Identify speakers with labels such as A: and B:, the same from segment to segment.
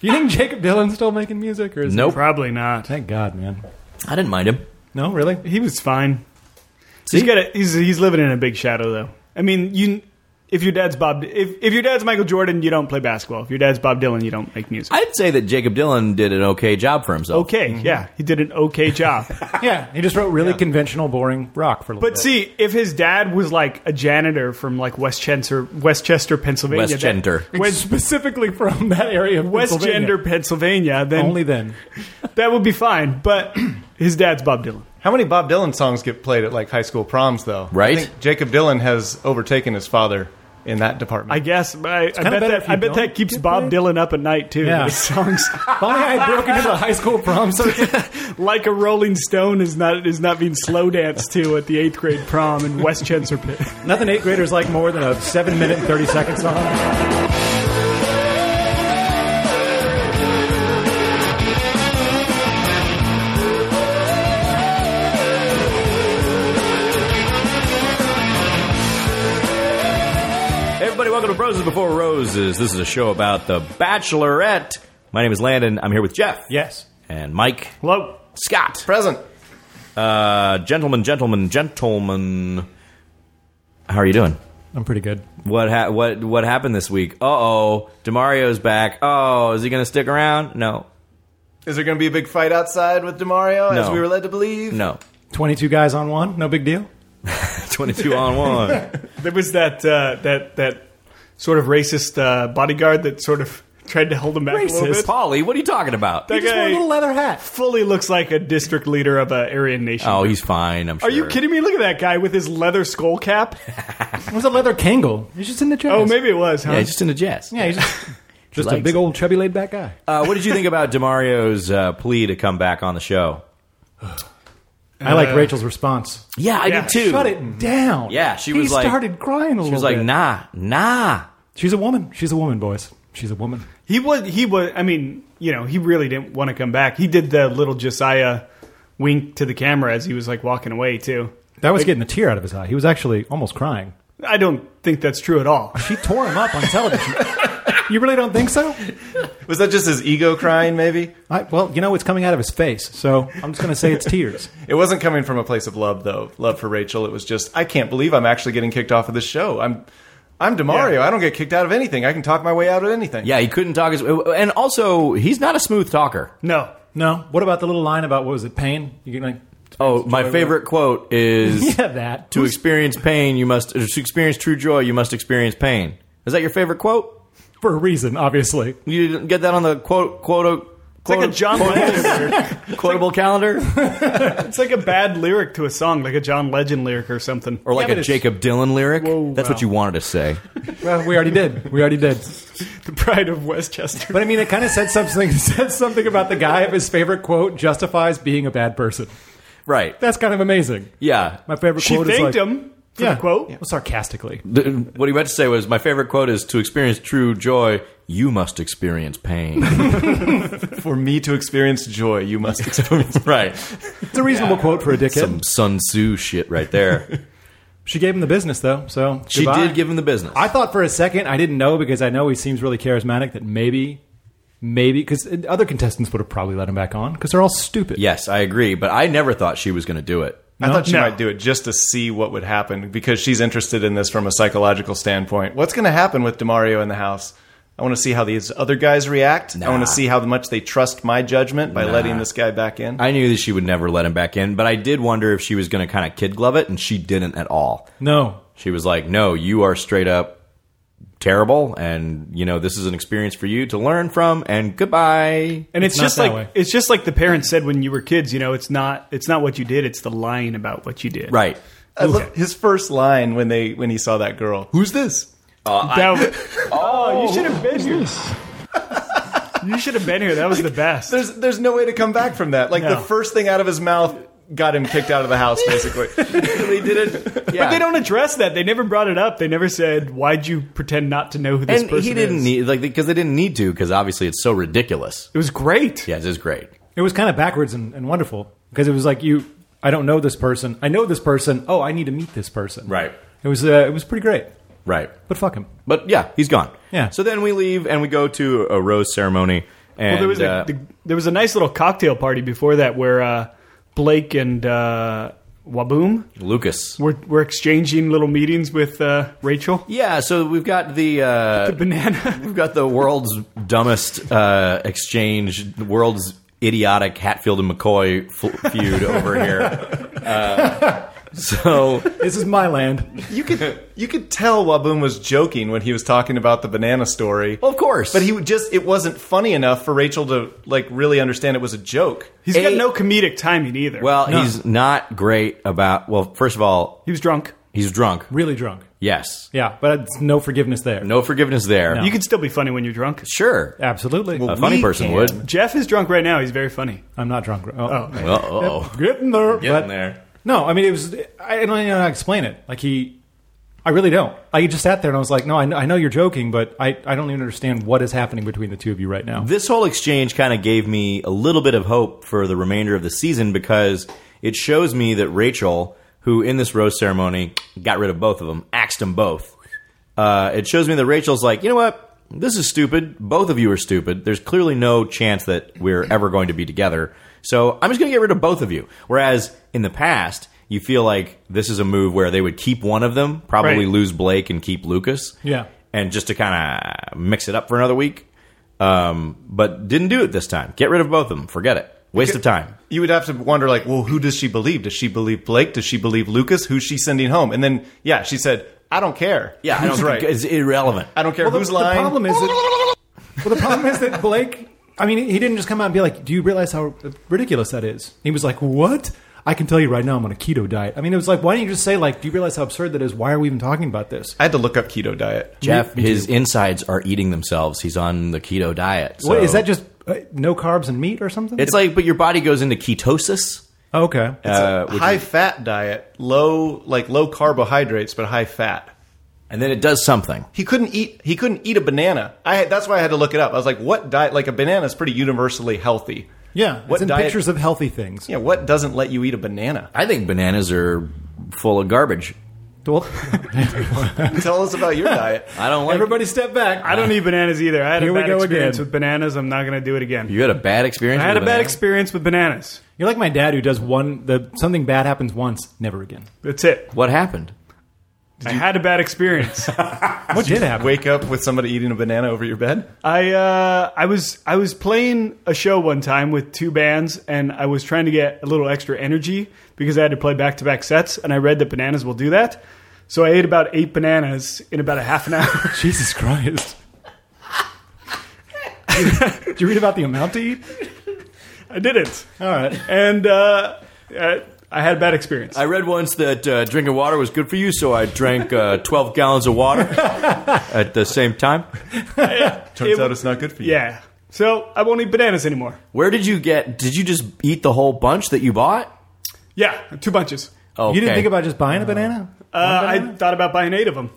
A: Do you think Jacob Dylan's still making music? Or is
B: Nope.
C: Probably not.
A: Thank God, man.
B: I didn't mind him.
A: No, really?
C: He was fine. He's got a, he's he's living in a big shadow though. I mean, you if your dad's Bob if if your dad's Michael Jordan, you don't play basketball. If your dad's Bob Dylan, you don't make
A: Oh.
C: music.
B: I'd say that Jacob Dylan did an okay job for himself.
C: Okay,
A: Mm-hmm.
C: yeah, he did an okay job.
A: Yeah, he just wrote really conventional, boring rock for a little
C: But see, if his dad was like a janitor from like Westchester, Westchester, Pennsylvania, that-
B: Westchester.
C: West,
A: specifically from that area of
C: Westchester,
A: Pennsylvania.
C: Pennsylvania, then
A: Only then.
C: that would be fine. But his dad's Bob Dylan.
D: How many Bob Dylan songs get played at like high school proms, though?
B: Right.
D: I think Jacob Dylan has overtaken his father in that
C: I
D: department.
C: guess. but I, I
A: kinda
C: bet
A: better
C: that
A: if you
C: I bet
A: don't
C: that keeps
A: get
C: Bob
A: paid.
C: Dylan up at night too.
A: Yeah.
C: His songs
A: If only I had broken into the high school prom circuit.
C: like a Rolling Stone is not is not being slow danced to at the eighth grade prom in Westchester. Pitt.
A: Nothing eighth graders like more than a seven minute and 30 second song.
B: Hey everybody, welcome to Roses Before Roses. This is a show about The Bachelorette. My name is Landon. I'm here with Jeff.
A: Yes.
B: And Mike.
C: Hello.
B: Scott.
D: Present.
B: Uh, gentlemen, gentlemen, gentlemen. How are you doing?
A: I'm pretty good.
B: What ha- what what happened this week? Uh oh, Demario's back. Oh, is he going to stick around? No,
D: Is there going to be a big fight outside with Demario, as
B: No.
D: we were led to believe?
B: no.
A: 22 guys on one, no big deal.
B: Twenty two on one.
C: There was that uh, that that sort of racist uh, bodyguard that sort of tried to hold him back a little
B: Racist,
C: bit.
B: Polly. What are you talking about?
C: That
A: Just wore a
C: guy
A: little leather hat.
C: fully looks like a district leader of a Aryan nation.
B: Oh, he's fine. I'm sure.
C: Are you kidding me? Look at that guy with his leather skull cap.
A: It was a leather kangle. He's just in the chest.
C: Oh, maybe it was, huh?
B: Yeah, just into jazz.
A: Yeah, he's just, just a
B: Legs.
A: big old chubby laid back guy.
B: Uh, what did you think about Demario's uh, plea to come back on the show?
A: I like Rachel's response.
B: Yeah, I
C: Yeah.
B: did too. Mm-hmm.
A: Shut it down.
B: Yeah, she was
A: he
B: like-
A: started crying a little
B: She was like,
A: bit.
B: nah, nah.
A: She's a woman. She's a woman, boys. She's a woman.
C: He was. He was. I mean, you know, he really didn't want to come back. He did the little Josiah wink to the camera as he was like walking away too.
A: That was getting a tear out of his eye. He was actually almost crying.
C: I don't think that's true at all.
A: She tore him up on television. you really don't think so?
D: Was that just his ego crying? Maybe
A: I, well, you know, it's coming out of his face, so I'm just going to say it's tears.
D: it wasn't coming from a place of love, though. Love for Rachel. It was just, I can't believe I'm actually getting kicked off of this show. I'm, I'm Demario.
C: Yeah.
D: I don't get kicked out of anything. I can talk my way out of anything.
B: Yeah, he couldn't talk his. And also, he's not a smooth talker.
C: No.
A: No. What about the little line about what was it, pain? You can like,
B: Oh, my favorite quote is
A: yeah, that.
B: to experience pain, you must to experience true joy, you must experience pain. Is that your favorite quote?
A: for a reason, obviously.
B: You didn't get that on the quote quote
C: It's
B: quote
C: like a John Legend.
B: quotable calendar
C: it's like a bad lyric to a song, like a John Legend lyric or something.
B: or like
A: but
B: a
A: it's-
B: Jacob Dylan lyric?
C: Whoa,
B: That's
C: wow.
B: what you wanted to say.
A: Well, we already did. We already did.
C: the Pride of Westchester.
A: But I mean, it kind of said something. Said something about the guy if his favorite quote justifies being a bad person.
B: right.
A: That's kind of amazing.
B: Yeah.
A: My favorite
C: she
A: quote is
C: thanked
A: like,
C: him for
A: yeah,
C: the quote.
A: well, sarcastically.
B: The- what he meant to say was my favorite quote is to experience true joy, you must experience pain.
D: For me to experience joy, you must experience.
B: right.
A: It's a reasonable quote for a dickhead.
B: Some Sun Tzu shit right there.
A: She gave him the business though, so
B: she
A: goodbye.
B: did give him the business.
A: I thought for a second, I didn't know because I know he seems really charismatic. That maybe, maybe because other contestants would have probably let him back on because they're all stupid.
B: yes, I agree, but I never thought she was going to do it.
D: I thought she
C: No.
D: might do it just to see what would happen because she's interested in this from a psychological standpoint. What's going to happen with Demario in the house? I want to see how these other guys react. I
B: Nah.
D: want to see how much they trust my judgment by
B: Nah.
D: letting this guy back in.
B: I knew that she would never let him back in, but I did wonder if she was going to kind of kid glove it, and she didn't at all.
A: No,
B: She was like, "No, you are straight up terrible, and you know this is an experience for you to learn from, and goodbye."
C: And it's,
A: It's not
C: just
A: that
C: like
A: way.
C: it's just like the parents said when you were kids, you know, it's not it's not what you did, it's the lying about what you did.
B: Right?
D: I love Uh, his first line when they when he saw that girl. Who's this?
C: That- oh, you should have been here. you should have been here. That was the best.
D: There's there's no way to come back from that. Like
C: No.
D: the first thing out of his mouth got him kicked out of the house basically.
B: they did it,
C: But they don't address that. They never brought it up. They never said, "Why'd you pretend not to know who this
B: And
C: person
B: he didn't
C: is?"
B: need like because they didn't need to because obviously it's so ridiculous.
C: it was great.
B: Yeah, this is great.
A: it was kind of backwards and, and wonderful because it was like you. I don't know this person. I know this person. Oh, I need to meet this person.
B: Right.
A: It was uh, it was pretty great,
B: Right.
A: but fuck him.
B: But yeah, he's gone.
A: Yeah.
B: So then we leave and we go to a rose ceremony, And,
C: well, there was
B: uh,
C: a, the, there was a nice little cocktail party before that where uh, Blake and uh, Waboom
B: Lucas.
C: were, were exchanging little meetings with uh, Rachel.
B: Yeah, so we've got the uh,
C: The banana.
B: we've got the world's dumbest uh, exchange, the world's idiotic Hatfield and McCoy f- feud over here. Uh, so
A: This is my land.
D: You could you could tell Waboom was joking when he was talking about the banana story.
B: of course,
D: But he would just it wasn't funny enough for Rachel to like really understand it was a joke.
C: He's got
B: A-
C: no comedic timing either.
B: well, he's not great about. Well, first of all,
C: he was drunk.
B: he's drunk.
A: Really drunk.
B: Yes,
A: Yeah, but it's no forgiveness there.
B: no forgiveness there.
C: You can still be funny when you're drunk.
B: sure,
A: Absolutely.
B: a funny
D: we
B: person
D: can.
B: would.
C: Jeff is drunk right now. He's very funny.
A: I'm not drunk. Oh,
B: Uh oh,
A: getting there.
B: getting
A: but-
B: there.
A: No, I mean it was. I don't even know how to explain it. Like he, I really don't. I just sat there and I was like, no, I know, I know you're joking, but I, I don't even understand what is happening between the two of you right now.
B: This whole exchange kind of gave me a little bit of hope for the remainder of the season because it shows me that Rachel, who in this rose ceremony got rid of both of them, axed them both. Uh, it shows me that Rachel's like, you know what? This is stupid. Both of you are stupid. There's clearly no chance that we're ever going to be together. So I'm just going to get rid of both of you. Whereas in the past, you feel like this is a move where they would keep one of them, probably
C: Right.
B: lose Blake and keep Lucas
A: Yeah.
B: and just to kind of mix it up for another week. Um, but didn't do it this time. Get rid of both of them. Forget it. Waste of time.
D: You would have to wonder like, well, who does she believe? Does she believe Blake? Does she believe Lucas? Who's she sending home? And then yeah, she said, I don't care.
B: Yeah, I
D: who's
B: don't
D: right.
B: think it's irrelevant.
D: I don't care
A: Well, the,
D: who's
A: the
D: lying.
A: problem is that. well, the problem is that Blake. I mean, he didn't just come out and be like, "Do you realize how ridiculous that is?" He was like, "What?" I can tell you right now, I'm on a keto diet. I mean, it was like, why don't you just say, like, do you realize how absurd that is? Why are we even talking about this?
D: I had to look up keto diet.
B: Jeff, his insides are eating themselves. He's on the keto diet.
A: What
B: so-
A: is that? Just uh, no carbs and meat or something?
B: It's like, but your body goes into ketosis.
A: Oh, okay.
B: Uh, which-
D: high fat diet, low like low carbohydrates but high fat.
B: and then it does something.
D: He couldn't eat. He couldn't eat a banana. I had, that's why I had to look it up. I was like, what diet? Like a banana is pretty universally healthy.
A: yeah,
D: what
A: it's in
D: diet-
A: pictures of healthy things.
D: Yeah, what doesn't let you eat a banana?
B: I think bananas are full of garbage.
A: Well,
D: Tell us about your diet.
B: I don't like
A: everybody, step back.
C: I don't eat bananas either. I had
A: Here
C: a
A: we
C: bad
A: go
C: experience
A: again.
C: with bananas. I'm not going to do it again.
B: You had a bad experience.
C: I had a
B: with
C: bad
B: banana?
C: experience with bananas.
A: You're like my dad who does one the something bad happens once, never again.
C: That's it.
B: What happened?
C: I had a bad experience.
A: What did happen?
D: Wake up with somebody eating a banana over your bed.
C: I uh, I was I was playing a show one time with two bands, and I was trying to get a little extra energy because I had to play back to back sets, and I read that bananas will do that. So I ate about eight bananas in about a half an hour.
A: Jesus Christ. Did you read about the amount to eat?
C: I didn't,
A: All right.
C: and uh, I, I had a bad experience.
B: I read once that uh, drinking water was good for you, so I drank uh, 12 gallons of water at the same time.
D: Turns
C: It-
D: out it's not good for you.
C: yeah, so I won't eat bananas anymore.
B: Where did you get? Did you just eat the whole bunch that you bought?
C: Yeah, two bunches.
B: Oh,
A: You didn't think about just buying a banana?
C: Uh, I thought about buying eight of them.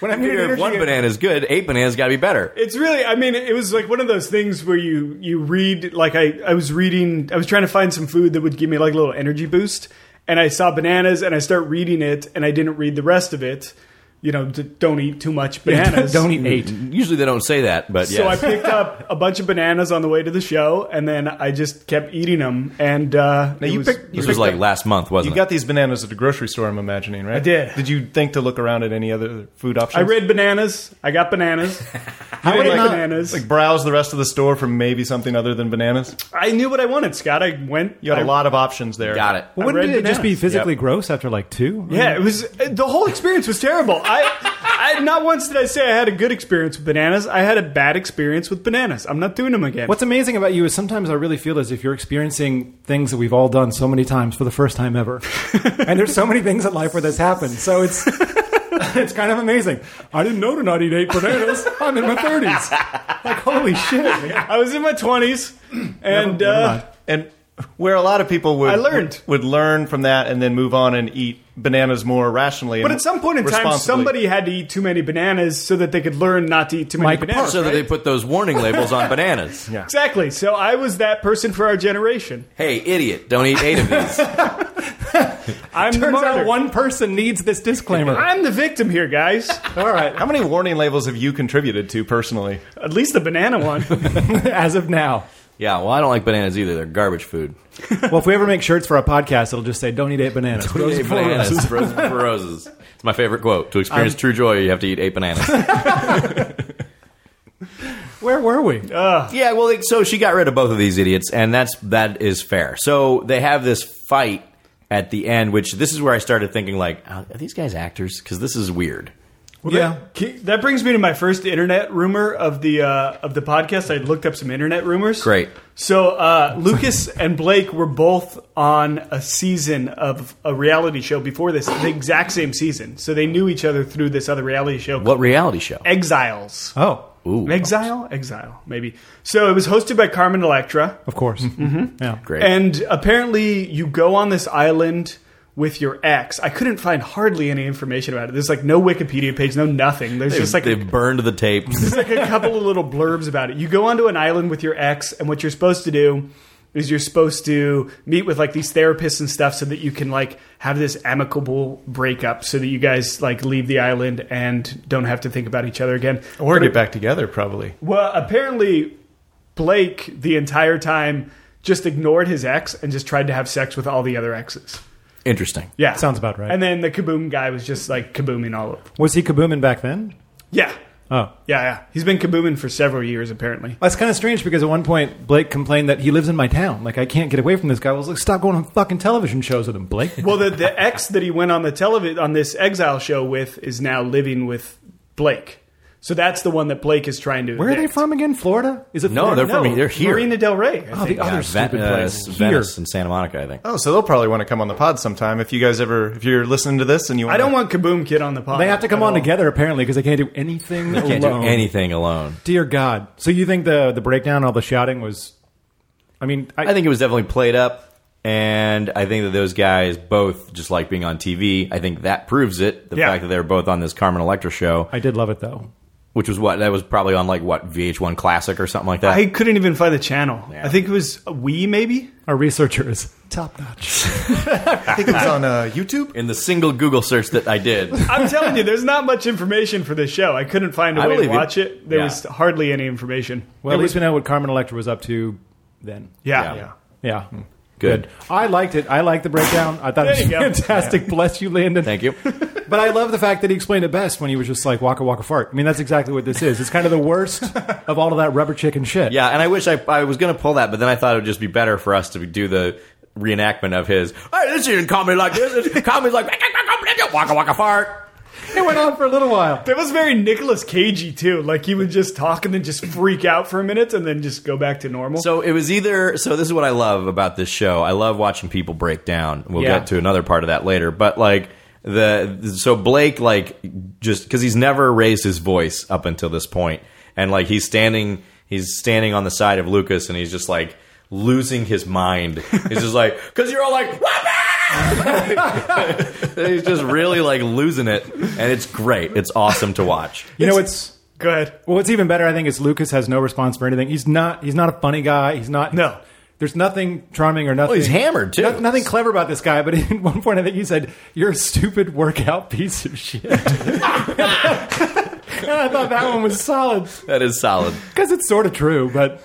A: When I'm here,
B: If one banana is good, eight bananas got to be better.
C: It's really, I mean, it was like one of those things where you you read like I I was reading, I was trying to find some food that would give me like a little energy boost, and I saw bananas, and I start reading it, and I didn't read the rest of it. You know, d- don't eat too much bananas.
A: don't eat eight.
B: Usually they don't say that, but
C: So I
B: yes.
C: picked up a bunch of bananas on the way to the show, and then I just kept eating them. And uh,
D: Now
C: it
D: you
C: was-
D: picked. You
B: this was
D: picked
B: like
D: up-
B: last month,
D: You
B: wasn't it?
D: got these bananas at a grocery store. I'm imagining, right? I
C: did.
D: Did you think to look around at any other food options?
C: I read bananas. I got bananas.
A: How would it
C: I like
A: not-
C: bananas.
D: Like browse the rest of the store for maybe something other than bananas.
C: I knew what I wanted, Scott. I went.
D: You had
C: I-
D: a lot of options there.
B: Got it.
A: Wouldn't
C: read
A: it just be
C: bananas.
A: physically
D: Yep.
A: gross after like two?
C: Yeah, it was the whole experience was terrible. I, I not once did I say I had a good experience with bananas. I had a bad experience with bananas. I'm not doing them again.
A: What's amazing about you is sometimes I really feel as if you're experiencing things that we've all done so many times for the first time ever. and there's so many things in life where this happens. So it's it's kind of amazing. I didn't know to not eat eight bananas. I'm in my 30s. Like, holy shit. man.
C: I was in my 20s, and uh,
D: And where a lot of people would
C: I learned.
D: would learn from that and then move on and eat bananas more rationally.
C: but at some point in time, somebody had to eat too many bananas so that they could learn not to eat too many
A: Mike
C: bananas.
B: Oh, so that
C: right?
B: they put those warning labels on bananas.
C: exactly. So I was that person for our generation.
B: Hey, idiot! Don't eat eight of these.
C: I'm the
A: Turns
C: martyr.
A: out one person needs this disclaimer.
C: I'm the victim here, guys.
A: All right,
D: How many warning labels have you contributed to personally?
C: At least the banana one.
A: as of now.
B: Yeah, well, I don't like bananas either. They're garbage food.
A: Well, if we ever make shirts for our podcast, it'll just say "Don't eat eight bananas." Those
B: Eight
A: four
B: bananas,
A: roses.
B: frozen for roses. It's my favorite quote. To experience true joy, you have to eat eight bananas.
A: Where were we?
B: yeah, well, like, so she got rid of both of these idiots, and that's that is fair. So they have this fight at the end, which this is where I started thinking, like, are these guys actors? Because this is weird.
A: yeah.
C: Ki- That brings me to my first internet rumor of the uh, of the podcast. I looked up some internet rumors.
B: Great.
C: So uh, Lucas and Blake were both on a season of a reality show before this, the exact same season. So they knew each other through this other reality show. called
B: What reality show?
C: Exiles.
A: Oh,
B: Ooh,
C: Exile? Exile, maybe. So it was hosted by Carmen Electra.
A: of course. Mm-hmm. Yeah.
B: great.
C: And apparently, you go on this island with your ex. I couldn't find hardly any information about it. There's like no Wikipedia page, no nothing. There's just like
B: they burned the tapes.
C: there's like a couple of little blurbs about it. You go onto an island with your ex, and what you're supposed to do is you're supposed to meet with like these therapists and stuff so that you can like have this amicable breakup so that you guys like leave the island and don't have to think about each other again.
D: Or get back together, probably.
C: Well, apparently Blake the entire time just ignored his ex and just tried to have sex with all the other exes.
B: Interesting.
C: Yeah.
A: Sounds about right.
C: And then the kaboom guy was just like kabooming all over.
A: Was he kabooming back then?
C: Yeah.
A: Oh,
C: Yeah, yeah. He's been kabooming for several years apparently.
A: that's kind of strange because at one point Blake complained that he lives in my town. Like I can't get away from this guy. I was like, stop going on fucking television shows with him, Blake.
C: Well, the, the ex that he went on the television on this exile show with is now living with Blake. So that's the one that Blake is trying to.
A: Where are they
C: evict.
A: from again? Florida? Is it?
B: No, they're
A: Florida?
B: from they're here.
C: Marina Del Rey. I
A: Oh,
C: think.
A: the other stupid
B: Ven- uh,
A: place.
B: Venice
A: Here.
B: and Santa Monica, I think.
D: Oh, so they'll probably want to come on the pod sometime if you guys ever, if you're listening to this and you want
C: I don't want Kaboom Kid on the pod.
A: They have to come
C: at
A: on
C: all.
A: together apparently because they can't do anything
B: You can't
A: alone.
B: do anything alone.
A: Dear God. So you think the the breakdown, all the shouting was? I mean, I,
B: I think it was definitely played up, and I think that those guys both just like being on TV. I think that proves it. The
C: Yeah.
B: fact that they were both on this Carmen Electra show,
A: I did love it though.
B: which was what that was probably on like what VH1 Classic or something like that.
C: I couldn't even find the channel. I think it was we maybe.
A: Our researcher is top notch.
D: I think it was on uh, YouTube.
B: In the single Google search that I did,
C: I'm telling you, there's not much information for this show. I couldn't find a
B: I
C: way to
B: believe you.
C: watch it. There
B: Yeah.
C: was hardly any information.
A: Well,
C: it
A: at least
C: was,
A: we know what Carmen Electra was up to then.
C: yeah.
B: Yeah.
A: Yeah. Hmm.
B: good.
A: I liked it. I liked the breakdown. I thought it was
C: There you go.
A: fantastic. Bless you, Landon.
B: Thank you.
A: But I love the fact that he explained it best when he was just like waka waka fart. I mean, that's exactly what this is. It's kind of the worst of all of that rubber chicken shit.
B: Yeah, and I wish I, I was going to pull that, but then I thought it would just be better for us to do the reenactment of his. Hey, this isn't comedy like this. It's comedy like waka waka fart.
A: It went on for a little while.
C: That was very Nicolas Cagey too. Like he would just talk and then just freak out for a minute and then just go back to normal.
B: So it was either. So this is what I love about this show. I love watching people break down. We'll
C: Yeah.
B: get to another part of that later, but like the so Blake like just because he's never raised his voice up until this point, and like he's standing, he's standing on the side of Lucas, and he's just like losing his mind. he's just like because you're all like. "Wah-bah!" he's just really like losing it, and it's great. It's awesome to watch.
A: You know, it's
C: go ahead.
A: well, what's even better, I think, is Lucas has no response for anything. He's not. He's not a funny guy. He's not.
C: No.
A: There's nothing charming or nothing.
B: he's hammered, too.
A: No- nothing clever about this guy. But at one point, I think he said, "You're a stupid workout piece of shit." and I thought that one was solid
B: That is solid.
A: because it's sort of true, but.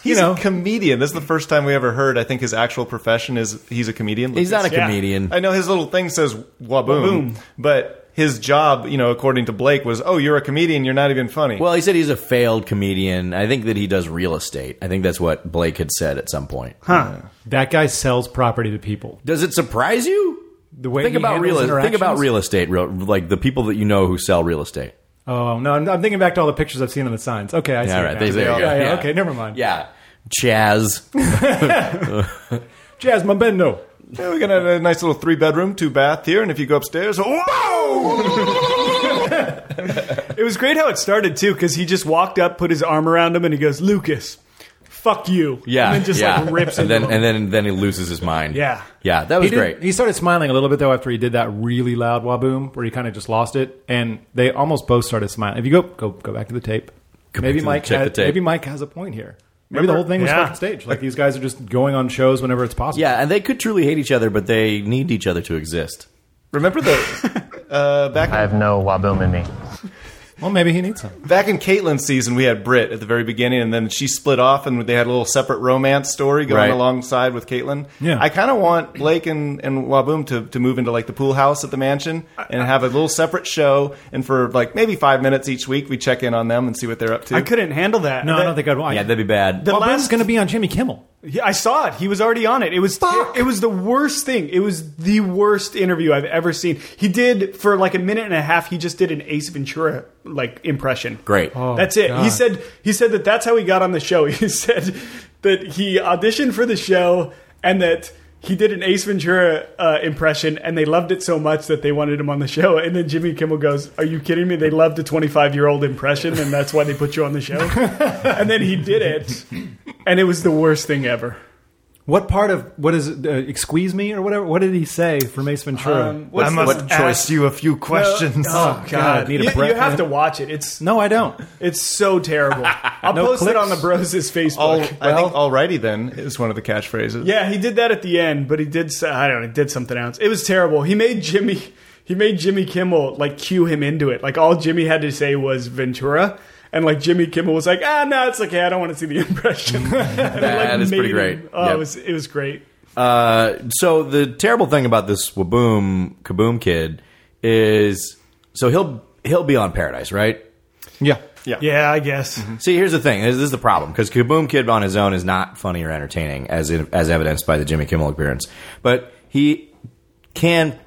D: He's
A: you know,
D: a comedian. This is the first time we ever heard. I think his actual profession is he's a comedian.
B: He's not a
C: Yeah.
B: comedian.
D: I know his little thing says waboom, but his job, you know, according to Blake, was oh, you're a comedian. You're not even funny.
B: Well, he said he's a failed comedian. I think that he does real estate. I think that's what Blake had said at some point.
C: Huh.
A: That guy sells property to people.
B: Does it surprise you?
A: The way
B: think
A: he
B: about
A: handles
B: real think
A: interactions?
B: about real estate, real, like the people that you know who sell real estate.
A: Oh no, I'm, I'm thinking back to all the pictures I've seen on the signs. Okay, I see.
B: all
A: it
B: right,
A: now.
B: there, there you go.
A: Yeah, yeah,
B: Yeah.
A: Okay, never mind.
B: Yeah, Chaz.
A: Jazz Mabendo.
D: Yeah, we're gonna have a nice little three bedroom, two bath here, and if you go upstairs, whoa!
C: It was great how it started too, because he just walked up, put his arm around him, and he goes, "Lucas, fuck you."
B: Yeah,
C: and then just
B: yeah.
C: like rips
B: and
C: into
B: then and
C: him.
B: then then he loses his mind.
C: Yeah.
B: yeah, that was
A: He, did-
B: great.
A: he started smiling a little bit though after he did that really loud waboom, where he kind of just lost it, and they almost both started smiling. If you go go go back to the tape,
B: Go back
A: maybe
B: to the-
A: Mike
B: check
A: had,
B: the tape.
A: maybe Mike has a point here. Maybe the whole thing was
D: Yeah.
A: fucking staged. Like these guys are just going on shows whenever it's possible.
B: Yeah, and they could truly hate each other, but they need each other to exist.
D: Remember the uh, back
E: I have no Waboom in me.
A: Well, maybe he needs some.
D: back in Caitlyn's season, we had Britt at the very beginning, and then she split off, and they had a little separate romance story going
B: Right.
D: alongside with Caitlyn.
A: Yeah.
D: I kind of want Blake and, and Waboom to, to move into like the pool house at the mansion and have a little separate show, and for like maybe five minutes each week, we check in on them and see what they're up to.
C: I couldn't handle that.
A: No,
C: that,
A: I don't think I'd want.
B: Yeah, that'd be bad.
C: The
A: Well, Ben's
C: last-
A: going to be on Jimmy Kimmel.
C: Yeah, I saw it. He was already on it. It was
A: Fuck.
C: it was the worst thing. It was the worst interview I've ever seen. He did for like a minute and a half. He just did an Ace Ventura like impression.
B: Great.
A: Oh.
C: that's it. He
A: God.
C: said he said that that's how he got on the show. He said that he auditioned for the show and that he did an Ace Ventura uh, impression and they loved it so much that they wanted him on the show. And then Jimmy Kimmel goes, "Are you kidding me? They loved a 25 year old impression and that's why they put you on the show." and then he did it, and it was the worst thing ever.
A: What part of what is it, uh, "Excuse me" or whatever? What did he say from Ace Ventura?
B: Um,
C: what's the-
B: must ask
D: you a few questions.
C: Oh God!
A: need a
C: You,
A: breath,
C: you have
A: man.
C: to watch it. It's
A: no, I don't.
C: it's so terrible. I'll
A: No
C: post it
A: clicks?
C: on the Bros' Facebook.
D: All, I think "alrighty then" is one of the catchphrases.
C: yeah, he did that at the end, but he did. s- I don't know. He did something else. It was terrible. He made Jimmy. He made Jimmy Kimmel like cue him into it. Like all Jimmy had to say was Ventura. And like Jimmy Kimmel was like, ah, no, it's okay. I don't want to see the impression. And it,
B: That is
C: made
B: pretty
C: him-
B: great.
C: Oh,
B: Yep.
C: it was it was great.
B: Uh, so the terrible thing about this Waboom Kaboom kid is, so he'll he'll be on Paradise, right?
A: Yeah,
D: yeah,
C: Yeah, I guess.
B: See, here's the thing. This is the problem because Kaboom Kid on his own is not funny or entertaining, as in, as evidenced by the Jimmy Kimmel appearance. But he can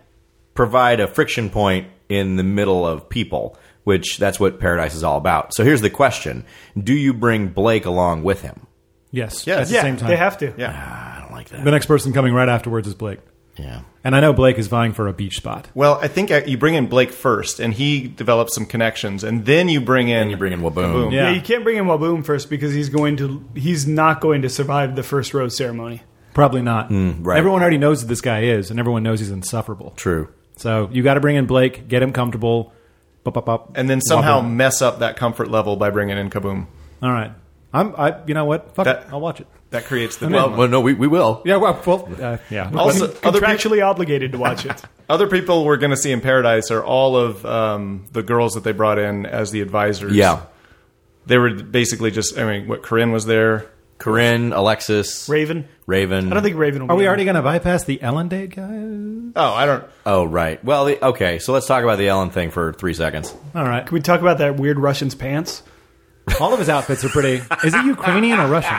B: provide a friction point in the middle of people, which that's what Paradise is all about. So here's the question: Do you bring Blake along with him? Ah,
A: yes,
D: Yes.
A: At the
C: yeah,
A: same time,
C: they have to.
D: yeah.
B: I don't like that.
A: the next person coming right afterwards is Blake,
B: Yeah.
A: and I know Blake is vying for a beach spot.
D: Well, I think uh, you bring in Blake first, and he develops some connections, and then you bring in
B: You bring in Waboom.
D: Kaboom.
A: Yeah.
C: Yeah, you can't bring in Waboom first because he's going to he's not going to survive the first rose ceremony.
A: Probably not.
B: Mm, right.
A: Everyone already knows who this guy is, and everyone knows he's insufferable.
B: True.
A: So you got to bring in Blake, get him comfortable, bop, bop, bop,
D: and then somehow
A: Wobble.
D: mess up that comfort level by bringing in Kaboom.
A: All right, I'm. I. You know what? Fuck
D: That-
A: it. I'll watch it.
D: That creates the
B: Well,
D: drama.
B: well, no, we, we will.
A: Yeah. Well. well uh, yeah.
D: Also, other, peop-
C: Contractually obligated to watch it.
D: other people we're going to see in Paradise are all of um, the girls that they brought in as the advisors.
B: Yeah.
D: They were basically just, I mean, what, Corinne was there.
B: Corinne, Alexis,
C: Raven.
B: Raven.
C: I don't think Raven. Will
A: Are
C: be
A: we
C: on.
A: already going to bypass the Ellen date, guys?
D: Oh, I don't.
B: Oh, right. Well, the, okay. So let's talk about the Ellen thing for three seconds.
A: All right.
C: Can we talk about that weird Russian's pants?
A: All of his outfits are pretty. Is he Ukrainian or Russian?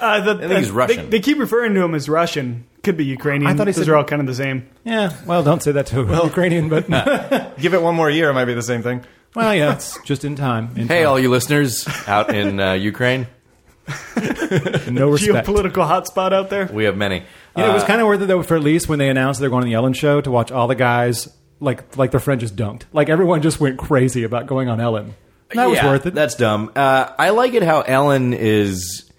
C: Uh, the, I think
B: he's Russian.
C: They, keep referring to him as Russian. Could be Ukrainian.
A: I thought he
C: Those
A: said-
C: are all kind of the same.
A: Yeah. Well, don't say that to a Ukrainian, but
D: Give it one more year, it might be the same thing.
A: well, yeah, it's just in time. In
B: Hey,
A: time.
B: all you listeners out in uh, Ukraine,
A: no respect.
C: Geopolitical hotspot out there.
B: we have many.
A: You know, it was kind of worth it though for at least when they announced they're going to the Ellen show to watch all the guys like like their friend just dunked. Like everyone just went crazy about going on Ellen. And that was
B: Yeah,
A: worth it.
B: That's dumb. Uh, I like it how Ellen is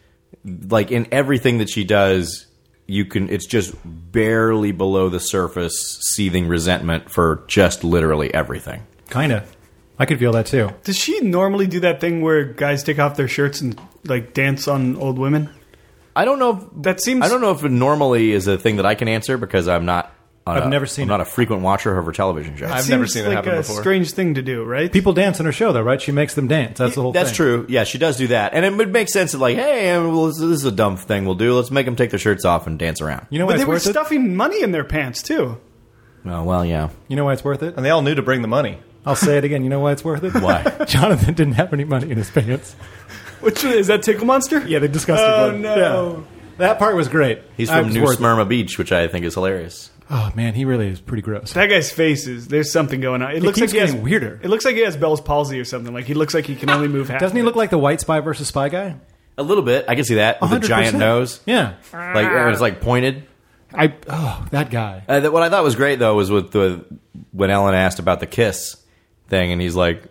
B: like in everything that she does. You can. It's just barely below the surface, seething resentment for just literally everything.
A: kind of. I could feel that too.
C: Does she normally do that thing where guys take off their shirts and like dance on old women?
B: I don't know. If,
C: That seems.
B: I don't know if it normally is a thing that I can answer because I'm not. i
A: I've never seen
B: I'm
A: it.
B: not a frequent watcher of her television shows.
D: I've
C: seems
D: never seen it
C: like
D: happen
C: a
D: before.
C: Strange thing to do, right?
A: People dance in her show though, right? She makes them dance. That's the whole.
B: That's
A: thing.
B: true. Yeah, she does do that, and it would make sense that like, hey, I mean, well, this this is a dumb thing we'll do. Let's make them take their shirts off and dance around.
A: You know why
C: but they
A: it's
C: were
A: worth it.
C: stuffing money in their pants too.
B: Oh well, yeah.
A: You know why it's worth it.
D: And they all knew to bring the money.
A: I'll say it again. You know why it's worth it?
B: Why?
A: Jonathan didn't have any money in his pants.
C: Which is that Tickle Monster?
A: Yeah, they discussed
C: Oh,
A: it. but-
C: no.
A: yeah. That part was great.
B: He's
A: That
B: from
A: was
B: New
A: worth it.
B: Smyrna Beach, which I think is hilarious.
A: Oh man, he really is pretty gross.
C: That guy's face is there's something going on. It, looks
A: keeps
C: like he has,
A: getting weirder.
C: It looks like he has Bell's palsy or something. Like he looks like he can only move half.
A: Doesn't he
C: of
A: look
C: it.
A: like the white spy versus spy guy?
B: A little bit, I can see that with a
A: 100%.
B: giant nose,
A: Yeah.
B: like and it's like pointed.
A: I oh that guy.
B: Uh, that- what I thought was great though was with the when Ellen asked about the kiss thing, and he's like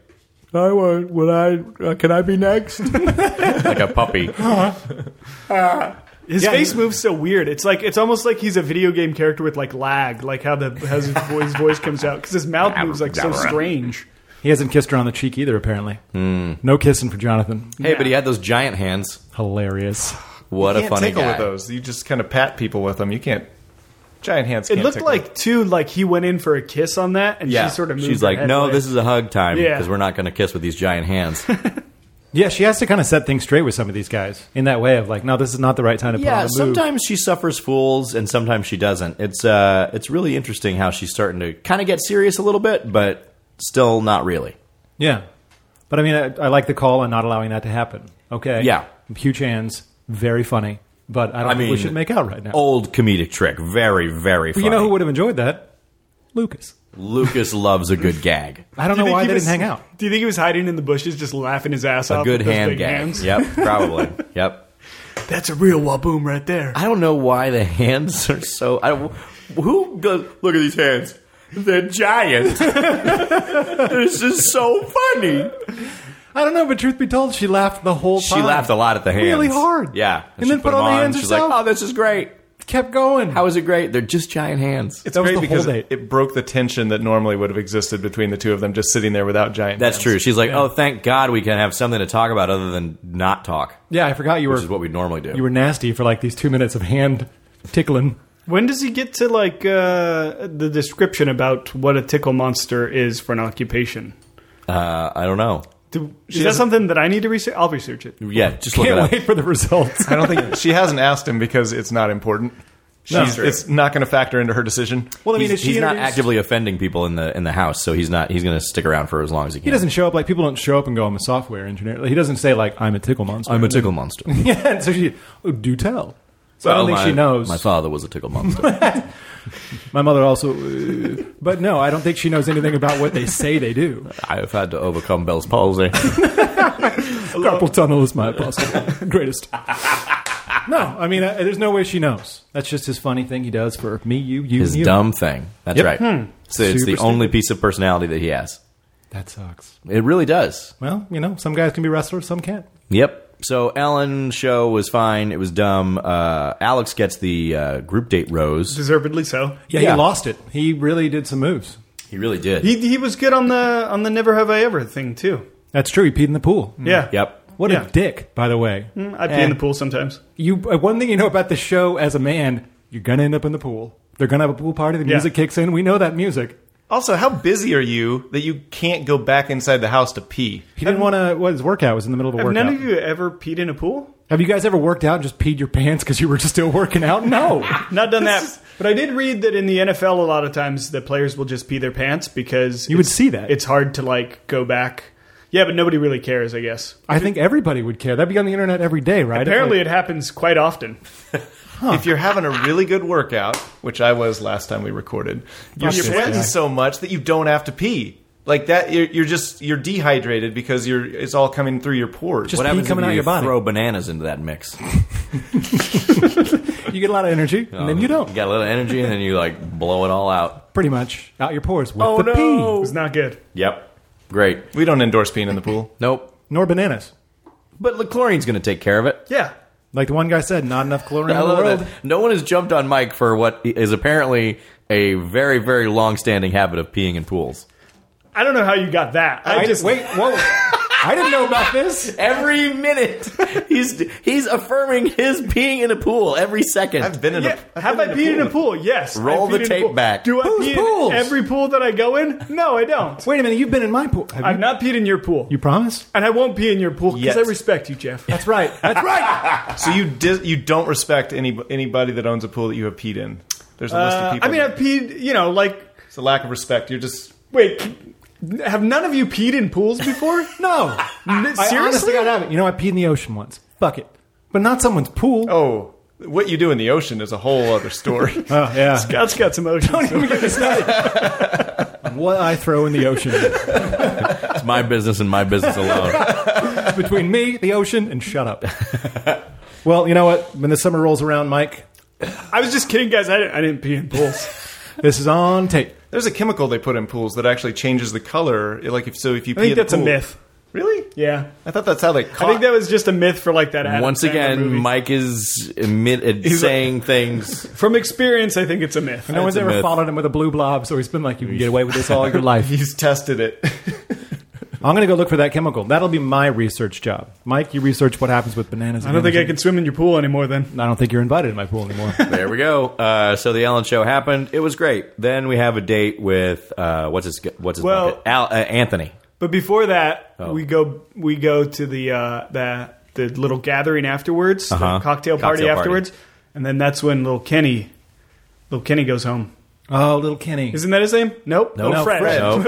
A: I want. Would I? Uh, can I be next?
B: like a puppy.
C: his face moves so weird? It's like it's almost like he's a video game character with like lag, like how the how his voice, voice comes out because his mouth moves like so strange.
A: He hasn't kissed her on the cheek either, apparently.
B: Hmm.
A: No kissing for Jonathan.
B: Hey, but he had those giant hands.
A: Hilarious.
B: What
D: You
B: a
D: can't
B: funny
D: tickle
B: guy.
D: with those. You just kind of pat people with them. You can't. Giant hands.
C: It
D: can't
C: looked
D: tickle.
C: like too like he went in for a kiss on that, and
D: Yeah.
C: she sort of moved
B: She's
C: her
B: like,
C: head
B: no,
C: away.
B: this is a hug time
C: Yeah.
B: because we're not going to kiss with these giant hands.
A: Yeah, she has to kind of set things straight with some of these guys in that way of like, no, this is not the right time to
B: yeah,
A: put on a move.
B: sometimes she suffers fools and sometimes she doesn't. It's uh, it's really interesting how she's starting to kind of get serious a little bit, but still not really.
A: Yeah. But I mean, I, I like the call on not allowing that to happen. Okay.
B: Yeah.
A: Huge hands, very funny, but I don't
B: I
A: think we
B: mean,
A: should make out right now.
B: Old comedic trick, very very
A: But
B: funny.
A: you know who would have enjoyed that? Lucas.
B: Lucas loves a good gag,
A: I don't
C: Do you
A: know
C: think
A: why
C: he
A: they
C: was-
A: didn't hang out.
C: Do you think he was hiding in the bushes, just laughing his ass off?
B: a good
C: with those
B: hand
C: big
B: gag.
C: hands?
B: Yep, probably. yep.
C: That's a real waboom right there.
B: I don't know why the hands are so. I don't, who goes? Look at these hands. They're giant. this is so funny.
A: I don't know, but truth be told, she laughed the whole
B: She
A: time.
B: laughed a lot at the hands,
A: Really hard.
B: Yeah,
A: And then put on the hands
B: She's like,
A: herself.
B: "Oh, this is great.
A: Kept going.
B: How is it great? They're just giant hands."
A: that was the
D: Great
A: whole
D: because
A: date.
D: it, it broke the tension that normally would have existed between the two of them just sitting there without giant.
B: That's
D: hands.
B: true. She's like, "Oh, thank God we can have something to talk about other than not talk,"
A: yeah, I forgot you were
B: which is what we normally do.
A: you were nasty for like these two minutes of hand tickling.
C: When does he get to like uh, the description about what a tickle monster is for an occupation?
B: uh, I don't know.
C: Do, is that something that I need to research? I'll research it.
B: Yeah, just look it
A: Can't
B: up.
A: wait for the results.
D: I don't think she hasn't asked him because it's not important.
A: No.
D: She's, it's not going to factor into her decision.
A: Well, I mean, is
B: he's
A: she
B: he's not
A: introduced-
B: actively offending people in the in the house, so he's not. He's going to stick around for as long as he can.
A: He doesn't show up like people don't show up and go, "I'm a software engineer." Like, he doesn't say like, "I'm a tickle monster."
B: I'm a tickle monster. Oh,
A: Yeah, and so she oh, do tell. So I don't think
B: my,
A: she knows.
B: My
A: My,
B: father was a tickle monster.
A: mother also, uh, but no, I don't think she knows anything about what they say they do.
B: I have had to overcome Bell's palsy.
A: Carpal tunnel is my apostle, greatest. No, I mean, I, there's no way she knows. That's just his funny thing he does for me, you, you,
B: His
A: and you.
B: dumb thing. That's
A: Yep. Hmm.
B: right. So
A: Super
B: it's the
A: stupid.
B: only piece of personality that he has.
A: That sucks.
B: It really does.
A: Well, you know, some guys can be wrestlers, some can't.
B: Yep. So Ellen's show was fine. It was dumb. Uh, Alex gets the uh, group date rose.
C: Deservedly so.
A: Yeah,
B: Yeah.
A: he lost it. He really did some moves.
B: He really did.
C: He he was good on the on the never have I ever thing too.
A: That's true. He peed in the pool.
C: Yeah.
B: yep.
A: What
C: Yeah.
A: a dick, by the way.
C: I pee in
A: Eh.
C: the pool sometimes.
A: You uh, one thing you know about the show as a man, you're gonna end up in the pool. They're gonna have a pool party. The
C: Yeah.
A: music kicks in. We know that music.
D: Also, how busy are you that you can't go back inside the house to pee?
A: He didn't want to. What his workout was in the middle of a
C: Have
A: workout.
C: none of you ever peed in a pool?
A: Have you guys ever worked out and just peed your pants because you were just still working out? No.
C: Not done that. But I did read that in the NFL, a lot of times the players will just pee their pants because
A: You would
C: it's-
A: see that.
C: It's hard to like go back. Yeah, but nobody really cares, I guess.
A: I think everybody would care. That'd be on the internet every day, right? It's
C: Apparently,
A: like-
C: it happens quite often.
D: If you're having a really good workout, which I was last time we recorded, you're
A: Fuck this guy.
D: sweating so much that you don't have to pee. Like that, you're, you're just you're dehydrated because you're it's all coming through your pores.
A: Just-
B: What
A: Pee
B: happens
A: coming
B: if
A: out
B: you
A: your body.
B: throw bananas into that mix?
A: you get a lot of energy, and
B: Oh.
A: then you don't.
B: You got a little energy, and then you like blow it all out.
A: Pretty much out your pores with
B: Oh,
A: the
B: no.
C: It
A: pee,
C: was not good.
B: Yep. Great.
D: we don't endorse peeing in the pool.
B: Nope.
A: nor bananas.
B: But the chlorine's going to take care of it.
C: Yeah.
A: Like the one guy said, not enough chlorine in
B: I
A: the
B: love
A: world.
B: that. No one has jumped on Mike for what is apparently a very, very long-standing habit of peeing in pools.
C: I don't know how you got that. I,
A: I
C: just
A: just wait. Whoa. I didn't know about this.
B: Every minute, he's he's affirming his peeing in a pool every 2nd
D: I've been in
C: Yeah,
D: a
C: have I peed in a pool? Yes.
B: Roll
C: I peed
B: the
C: in a
B: tape
C: pool.
B: back.
C: Do I
A: Whose
C: pee
A: pools?
C: in every pool that I go in? No, I don't.
A: Wait a minute. You've been in my pool. Have
C: I've
A: you,
C: not peed in your pool,
A: you promise?
C: and I won't pee in your pool because
D: Yet.
C: I respect you, Jeff.
A: That's right. That's right.
D: So you dis- you don't respect any anybody that owns a pool that you have peed in. There's a list of
C: Uh,
D: people.
C: I mean, I've peed. You know, like
D: it's a lack of respect. You're just
C: wait. Have none of you peed in pools before?
A: No.
C: Seriously?
A: I honestly got out of it. You know, I peed in the ocean once. Fuck it. But not someone's pool.
D: oh, what you do in the ocean is a whole other story.
A: Oh,
C: Uh-huh.
A: yeah.
C: Scott's got some ocean. so-
A: what I throw in the ocean.
B: It's my business and my business alone.
A: Between me, the ocean, and shut up. well, you know what? When the summer rolls around, Mike,
C: I was just kidding, guys. I didn't, I didn't pee in pools.
A: this is on tape.
D: There's a chemical they put in pools that actually changes the color. Like if so, if you pee
C: I think
D: in the
C: that's a
D: pool-
C: myth.
D: Really?
C: Yeah,
D: I thought that's how they.
C: I
D: Caught.
C: think that was just a myth for like that. Adam
B: Once
C: Sandler
B: again,
C: movie.
B: Mike is admit, uh, saying things.
C: from experience, I think it's a myth.
A: No one's
B: a
A: ever
B: myth.
A: followed him with a blue blob, so he's been like, you can get away with this all your life.
D: he's tested it.
A: I'm going to go look for that chemical. That'll be my research job. Mike, you research what happens with bananas.
C: I don't think I can swim in your pool anymore. Then
A: can. I don't think you're invited in my pool anymore.
B: There we go. Uh, so the Ellen show happened. It was great. Then we have a date with uh, what's his what's his
C: Well-
B: bucket? Al, uh, Anthony.
C: But before that,
B: Oh.
C: we go we go to the uh, the the little gathering afterwards, the
B: Uh-huh.
C: cocktail party
B: Cocktail party.
C: afterwards, and then that's when little Kenny, little Kenny goes home.
A: oh, little Kenny.
C: Isn't that his name? Nope.
B: No,
C: Little
B: no,
C: Fred.
B: Fred. No,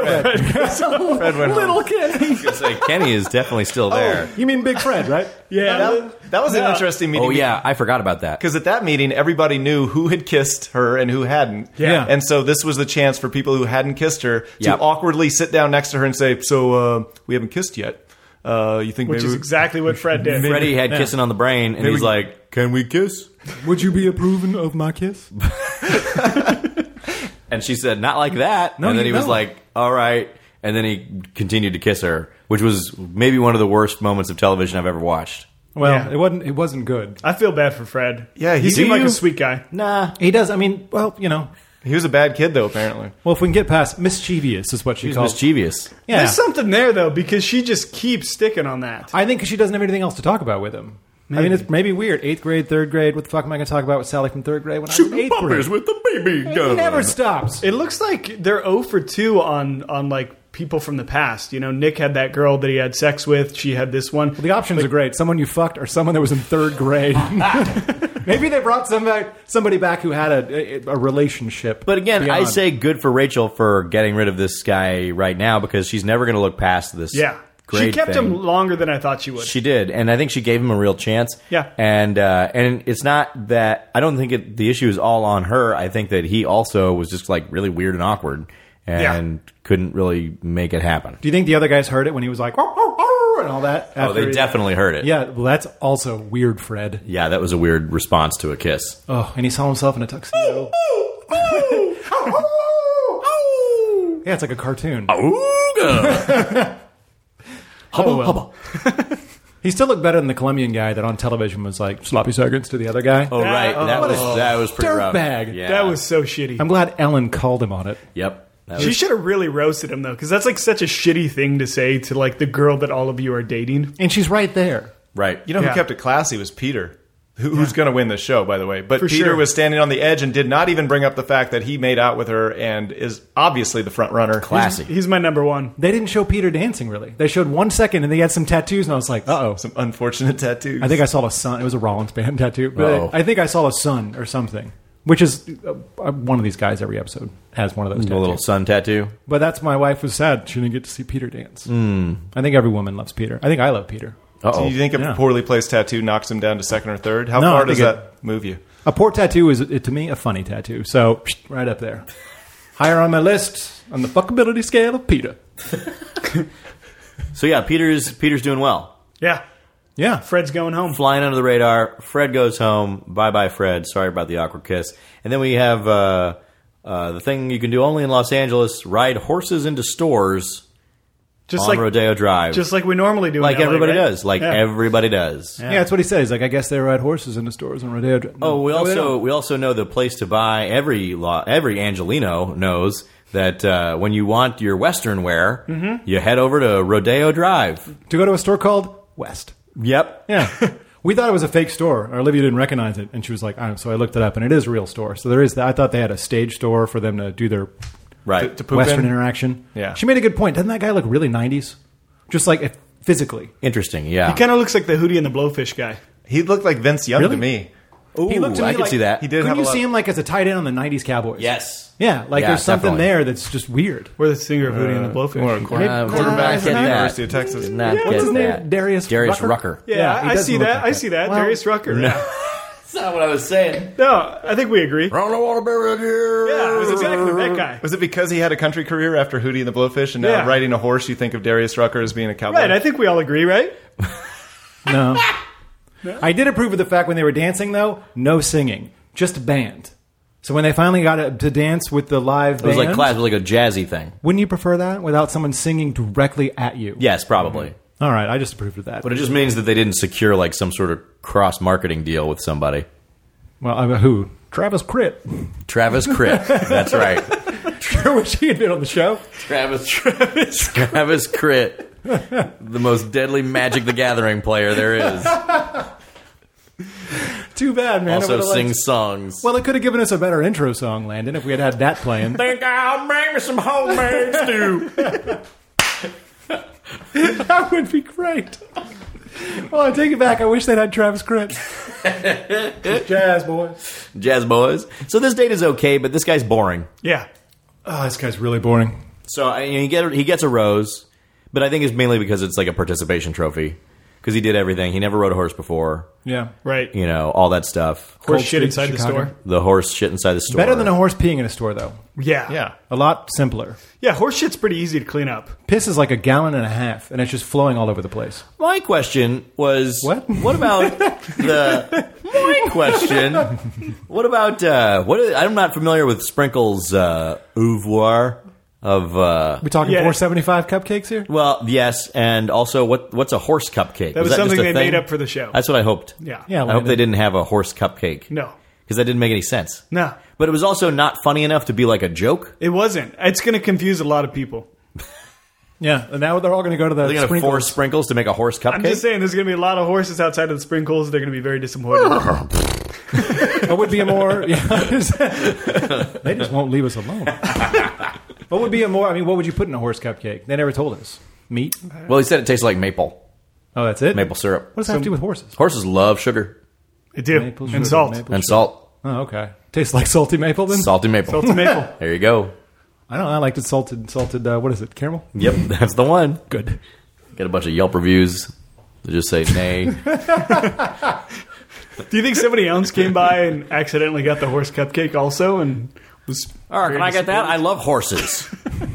D: Fred went home.
A: Little Kenny.
B: I was gonna say Kenny is definitely still there.
A: You mean Big Fred, right?
C: Yeah.
D: That, that was an
C: No.
D: interesting
B: Oh,
D: meeting.
B: yeah, I forgot about that.
D: Because at that meeting, everybody knew who had kissed her and who hadn't.
A: Yeah.
D: And so this was the chance for people who hadn't kissed her to
B: Yep.
D: awkwardly sit down next to her and say, "So uh, we haven't kissed yet. Uh, you think
C: Which
D: maybe
C: is
D: we-
C: exactly what Fred did.
B: Freddie had kissing on the brain, and he's like, "Can we kiss?"
A: Would you be approving of my kiss?
B: And she said, "Not like that."
A: No,
B: and then
A: you
B: he was
A: don't.
B: like, "All right." And then he continued to kiss her, which was maybe one of the worst moments of television I've ever watched.
A: Well,
C: Yeah.
A: it wasn't. It wasn't good.
C: I feel bad for Fred.
D: Yeah,
C: he,
D: he-
C: seemed
D: Do
C: like a
D: you?
C: sweet guy.
B: Nah,
A: He does. I mean, well, you know.
D: He was a bad kid, though. Apparently,
A: Well, if we can get past mischievous, is what she
B: he's
A: calls.
B: mischievous.
A: yeah.
C: There's something there though because she just keeps sticking on that.
A: I think 'cause she doesn't have anything else to talk about with him. I mean, it's maybe weird. Eighth grade, third grade. What the fuck am I going to talk about with Sally from third grade when I was in eighth grade?
B: with the baby
A: It never stops.
C: It looks like they're 0 for 2 on on like people from the past. You know, Nick had that girl that he had sex with. She had this one.
A: The options are great. Someone you fucked or someone that was in third grade. Maybe they brought somebody, somebody back who had a, a, a relationship.
B: But again, I
A: beyond.
B: say good for Rachel for getting rid of this guy right now because she's never going to look past this.
C: Yeah.
B: grade
C: she kept
B: thing.
C: him longer than I thought she would.
B: She did, and I think she gave him a real chance.
C: Yeah.
B: and uh, and it's not that I don't think it, the issue is all on her. I think that he also was just like really weird and awkward, and couldn't really make it happen.
A: Do you think the other guys heard it when he was like, "Wow, wow, wow," and all that?
B: Oh,
A: after
B: they
A: he-
B: definitely heard it.
A: Yeah, well, that's also weird, Fred.
B: yeah, that was a weird response to a kiss.
A: Oh, and he saw himself in a tuxedo. yeah, it's like a cartoon.
B: Ooga. hubba
A: Oh, well.
B: hubba.
A: He still looked better than the Colombian guy that on television was like sloppy seconds to the other guy.
B: Oh right,
C: oh,
B: that
C: what
B: was that was pretty rough.
A: dirtbag.
B: Yeah,
C: that was so shitty.
A: I'm glad Ellen called him on it.
B: Yep. That
C: she
B: was,
C: should have really roasted him though, because that's like such a shitty thing to say to like the girl that all of you are dating.
A: And she's right there.
B: right.
D: you know
C: Yeah.
D: who kept it classy was Peter, who, who's going to win the show, by the way. But
C: For
D: Peter
C: sure.
D: was standing on the edge and did not even bring up the fact that he made out with her and is obviously the front runner.
B: classy.
C: He's my number one.
A: They didn't show Peter dancing really. They showed one second, and they had some tattoos, and I was like, "Uh oh."
D: Some unfortunate tattoos.
A: I think I saw a sun. It was a Rollins band tattoo, but
B: Oh.
A: I think I saw a sun or something, which is uh, uh, one of these guys every episode has one of those.
B: a
A: Tattoos.
B: little sun tattoo.
A: But that's my wife was sad she didn't get to see Peter dance.
B: Hmm.
A: I think every woman loves Peter. I think I love Peter.
D: Do you
B: Oh,
D: think a
A: Yeah.
D: poorly placed tattoo knocks him down to second or third? How
A: No, I
D: far
A: think
D: does
A: it-
D: that move you?
A: A poor tattoo is uh, to me a funny tattoo, so psh, right up there, higher on my list on the fuckability scale of Peter.
B: so yeah, Peter's Peter's doing well.
C: Yeah,
A: Yeah,
C: Fred's going home.
B: Flying under the radar. Fred goes home. Bye bye, Fred. Sorry about the awkward kiss. And then we have uh, uh, the thing you can do only in Los Angeles: ride horses into stores
C: Just
B: on
C: like
B: Rodeo Drive,
C: just like we normally do. in
B: like
C: LA,
B: everybody
C: right?
B: does. Like
C: Yeah.
B: everybody does.
A: yeah, that's what he said. He's like, I guess they ride horses into stores on Rodeo. Drive."
B: Oh, we
A: No, they
B: also
A: don't.
B: we also know the place to buy. Every law, every Angelino knows that uh, when you want your Western wear, you head over to Rodeo Drive.
A: to go to a store called West.
B: Yep.
A: Yeah. We thought it was a fake store. Olivia didn't recognize it, and she was like, oh, "So I looked it up, and it is a real store." So there is. That. I thought they had a stage store for them to do their
B: Right.
D: To poop
A: Western
D: in?
A: interaction.
D: Yeah.
A: She made a good point. Doesn't that guy look really '90s? Just like if, physically,
B: Interesting. Yeah.
C: Kind of looks like the Hootie and the Blowfish guy.
D: He looked like Vince Young
A: Really?
D: to me.
B: Ooh,
A: he looked to me
B: I could
A: like-
B: see that.
D: He did
A: couldn't
D: have a
A: you
D: lot-
A: see him like as a tight end on the '90s Cowboys?
B: Yes.
A: Yeah. Like
B: Yeah,
A: there's something
B: definitely.
A: there that's just weird.
C: We're the singer of Hootie and the
D: Or a
C: Blowfish.
D: quarter-
B: Uh, did not
D: quarterback from
B: get
D: the
B: that.
D: University of Texas.
B: Did not
A: Yeah, what's
B: get
A: his
B: that.
A: name? Darius
B: Darius
A: Rucker?
B: Rucker.
C: Yeah,
A: Yeah, he
C: I
A: doesn't
C: see
A: look
C: that.
A: like
C: I
A: that.
C: see that.
A: Well-
C: Darius Rucker. No.
B: That's not what I was saying.
C: no, I think we agree.
B: I don't know what to be right here.
C: Yeah, it was exactly that guy.
D: Was it because he had a country career after Hootie and the Blowfish, and now
C: Yeah.
D: riding a horse, you think of Darius Rucker as being a cowboy?
C: Right, I think we all agree, right?
A: No. I did approve of the fact when they were dancing though, no singing, just band. So when they finally got it to dance with the live
B: It was
A: band,
B: like class, it was like a jazzy thing.
A: wouldn't you prefer that without someone singing directly at you?
B: Yes, probably.
A: All right, I just approved of that.
B: Mm-hmm. But it just means that they didn't secure like some sort of cross marketing deal with somebody.
A: well, I, who? Travis Critt.
B: Travis Critt. That's right.
A: sure wish he had been on the show.
B: Travis Travis Travis Crit. the most deadly Magic the Gathering player there is.
A: Too bad, man. I
B: Also
A: would've liked-
B: sings songs.
A: Well, it could have given us a better intro song, Landon, if we had had that playing.
B: think I'll bring me some homemade stew.
A: that would be great. Well, I take it back. I wish they had Travis Critt. Jazz boys.
B: Jazz boys. So this date is okay, but this guy's boring.
C: Yeah.
A: Oh, this guy's really boring.
B: So I, he get he gets a rose, but I think it's mainly because it's like a participation trophy because he did everything. He never rode a horse before,
A: Yeah.
C: Right.
B: you know, all that stuff.
C: Horse
A: Cold
C: shit
A: Street,
C: inside the
A: Chicago.
C: store.
B: The horse shit inside the store.
A: Better than a horse peeing in a store, though.
C: Yeah.
D: Yeah.
A: A lot simpler.
C: Yeah, horse shit's pretty easy to clean up.
A: Piss is like a gallon and a half, and it's just flowing all over the place.
B: My question was
A: What?
B: What about the my question? What about uh, what? Are, I'm not familiar with Sprinkle's uh, oeuvre of. Uh,
A: We talking
C: Yeah.
A: 475 cupcakes here?
B: well, yes, and also what? What's a horse cupcake?
C: That was
B: just
C: something
B: a
C: they made
B: thing?
C: up for the show.
B: That's what I hoped.
C: Yeah.
A: Yeah,
B: I hope they didn't have a horse cupcake.
C: No.
B: because that didn't make any sense.
C: No.
B: but it was also not funny enough to be like a joke.
C: It wasn't. It's going to confuse a lot of people.
A: Yeah, and now they're all going to go to the
B: They're going to
A: sprinkles.
B: force sprinkles to make a horse cupcake.
C: I'm just saying, there's going to be a lot of horses outside of the sprinkles. They're going to be very disappointed.
A: What would be a more? Yeah, they just won't leave us alone. what would be a more? I mean, what would you put in a horse cupcake? They never told us. Meat.
B: well, he said it tastes like maple,
A: Oh, that's it.
B: maple syrup. Oh.
A: What does that have to do with horses?
B: Horses love sugar
C: They do.
A: Maple
C: and
A: sugar,
C: salt.
A: maple-
B: and salt,
A: Oh, okay. Tastes like salty maple then.
B: salty maple.
C: Salt's maple.
B: There you go.
A: I don't. know. I liked it salted. Salted. Uh, what is it? Caramel.
B: Yep, that's the one.
A: Good.
B: Get a bunch of Yelp reviews. They just say nay.
C: Do you think somebody else came by and accidentally got the horse cupcake also and was
B: All right, can I get that? I love horses.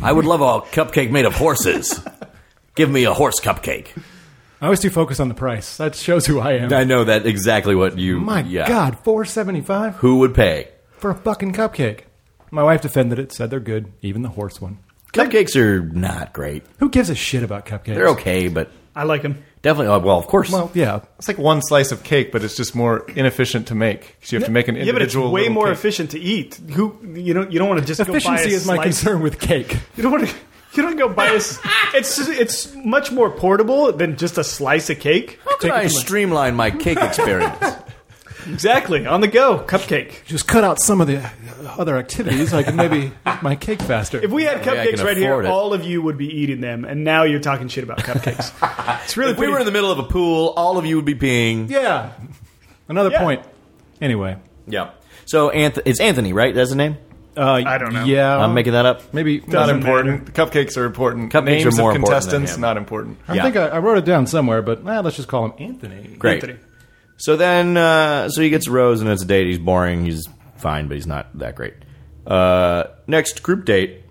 B: I would love a cupcake made of horses. Give me a horse cupcake.
A: I was too focused on the price. That shows who I am.
B: I know that exactly what you.
A: My
B: yeah.
A: God, four seventy five
B: who would pay?
A: for a fucking cupcake. My wife defended it. Said they're good, even the horse one.
B: Cupcakes are not great.
A: Who gives a shit about cupcakes?
B: They're okay, but
C: I like him.
B: definitely. Oh, well, of course.
A: Well, yeah.
D: It's like one slice of cake, but it's just more inefficient to make 'cause you have to make an
C: Yeah, but it's
D: individual.
C: way
D: little
C: more
D: cake.
C: efficient to eat. Who you know you don't want to just go buy a
A: Efficiency is my
C: slice.
A: concern with cake.
C: You don't want to you don't go buy a s- it's it's much more portable than just a slice of cake.
B: How can
A: Take it
B: I
A: to my-
B: streamline my cake experience?
C: Exactly. On the go, cupcake.
A: just cut out some of the uh, other activities. I can maybe make my cake faster.
C: If we had
B: way I
C: cupcakes
B: can
C: right here,
B: afford it.
C: all of you would be eating them, and now you're talking shit about cupcakes. it's really
B: if we
C: pretty-
B: were in the middle of a pool, all of you would be peeing.
A: yeah. Another
C: Yeah.
A: point. Anyway.
B: Yeah. So Anth- it's Anthony, right? That's the name.
A: Uh,
C: I don't know.
A: Yeah.
B: I'm making that up.
A: Maybe.
D: Not
C: Doesn't
D: important. Cupcakes are important.
B: Cupcakes
D: Names
B: are more
D: of
B: important than
D: contestants,
B: him.
D: not important.
A: I
B: Yeah.
A: think I, I wrote it down somewhere, but eh, let's just call him Anthony.
B: Great.
C: Anthony.
B: So then, uh, so he gets a rose, and it's a date. He's boring. He's fine, but he's not that great. Uh, next group date,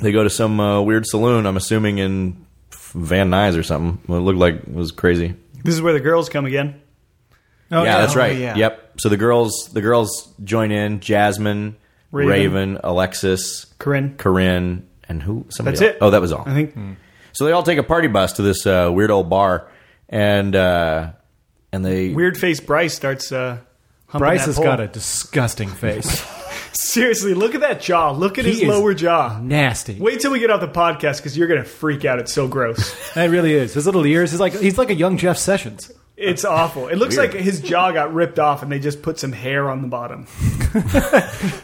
B: they go to some uh, weird saloon. I'm assuming in Van Nuys or something. Well, It looked like it was crazy.
C: This is where the girls come again.
A: Oh,
B: yeah, that's right.
D: yeah.
B: Yep. So the girls, the girls join in. Jasmine, Raven,
C: Raven.
B: Alexis,
C: Corinne.
B: Corinne, and who? Somebody
C: That's
B: else.
C: it.
B: Oh, that was all.
C: I think
B: So they all take a party bus to this uh, weird old bar, and uh, and they
C: weird face Bryce starts. Uh, humping
A: Bryce
C: that
A: has
C: pole.
A: got a disgusting face.
C: Seriously, look at that jaw. Look at
A: He
C: his
A: is
C: lower jaw.
A: Nasty.
C: Wait till we get off the podcast because you're gonna freak out. It's so gross.
A: That really is. His little ears. He's like he's like a young Jeff Sessions.
C: It's awful. It looks
B: Weird.
C: like his jaw got ripped off and they just put some hair on the bottom.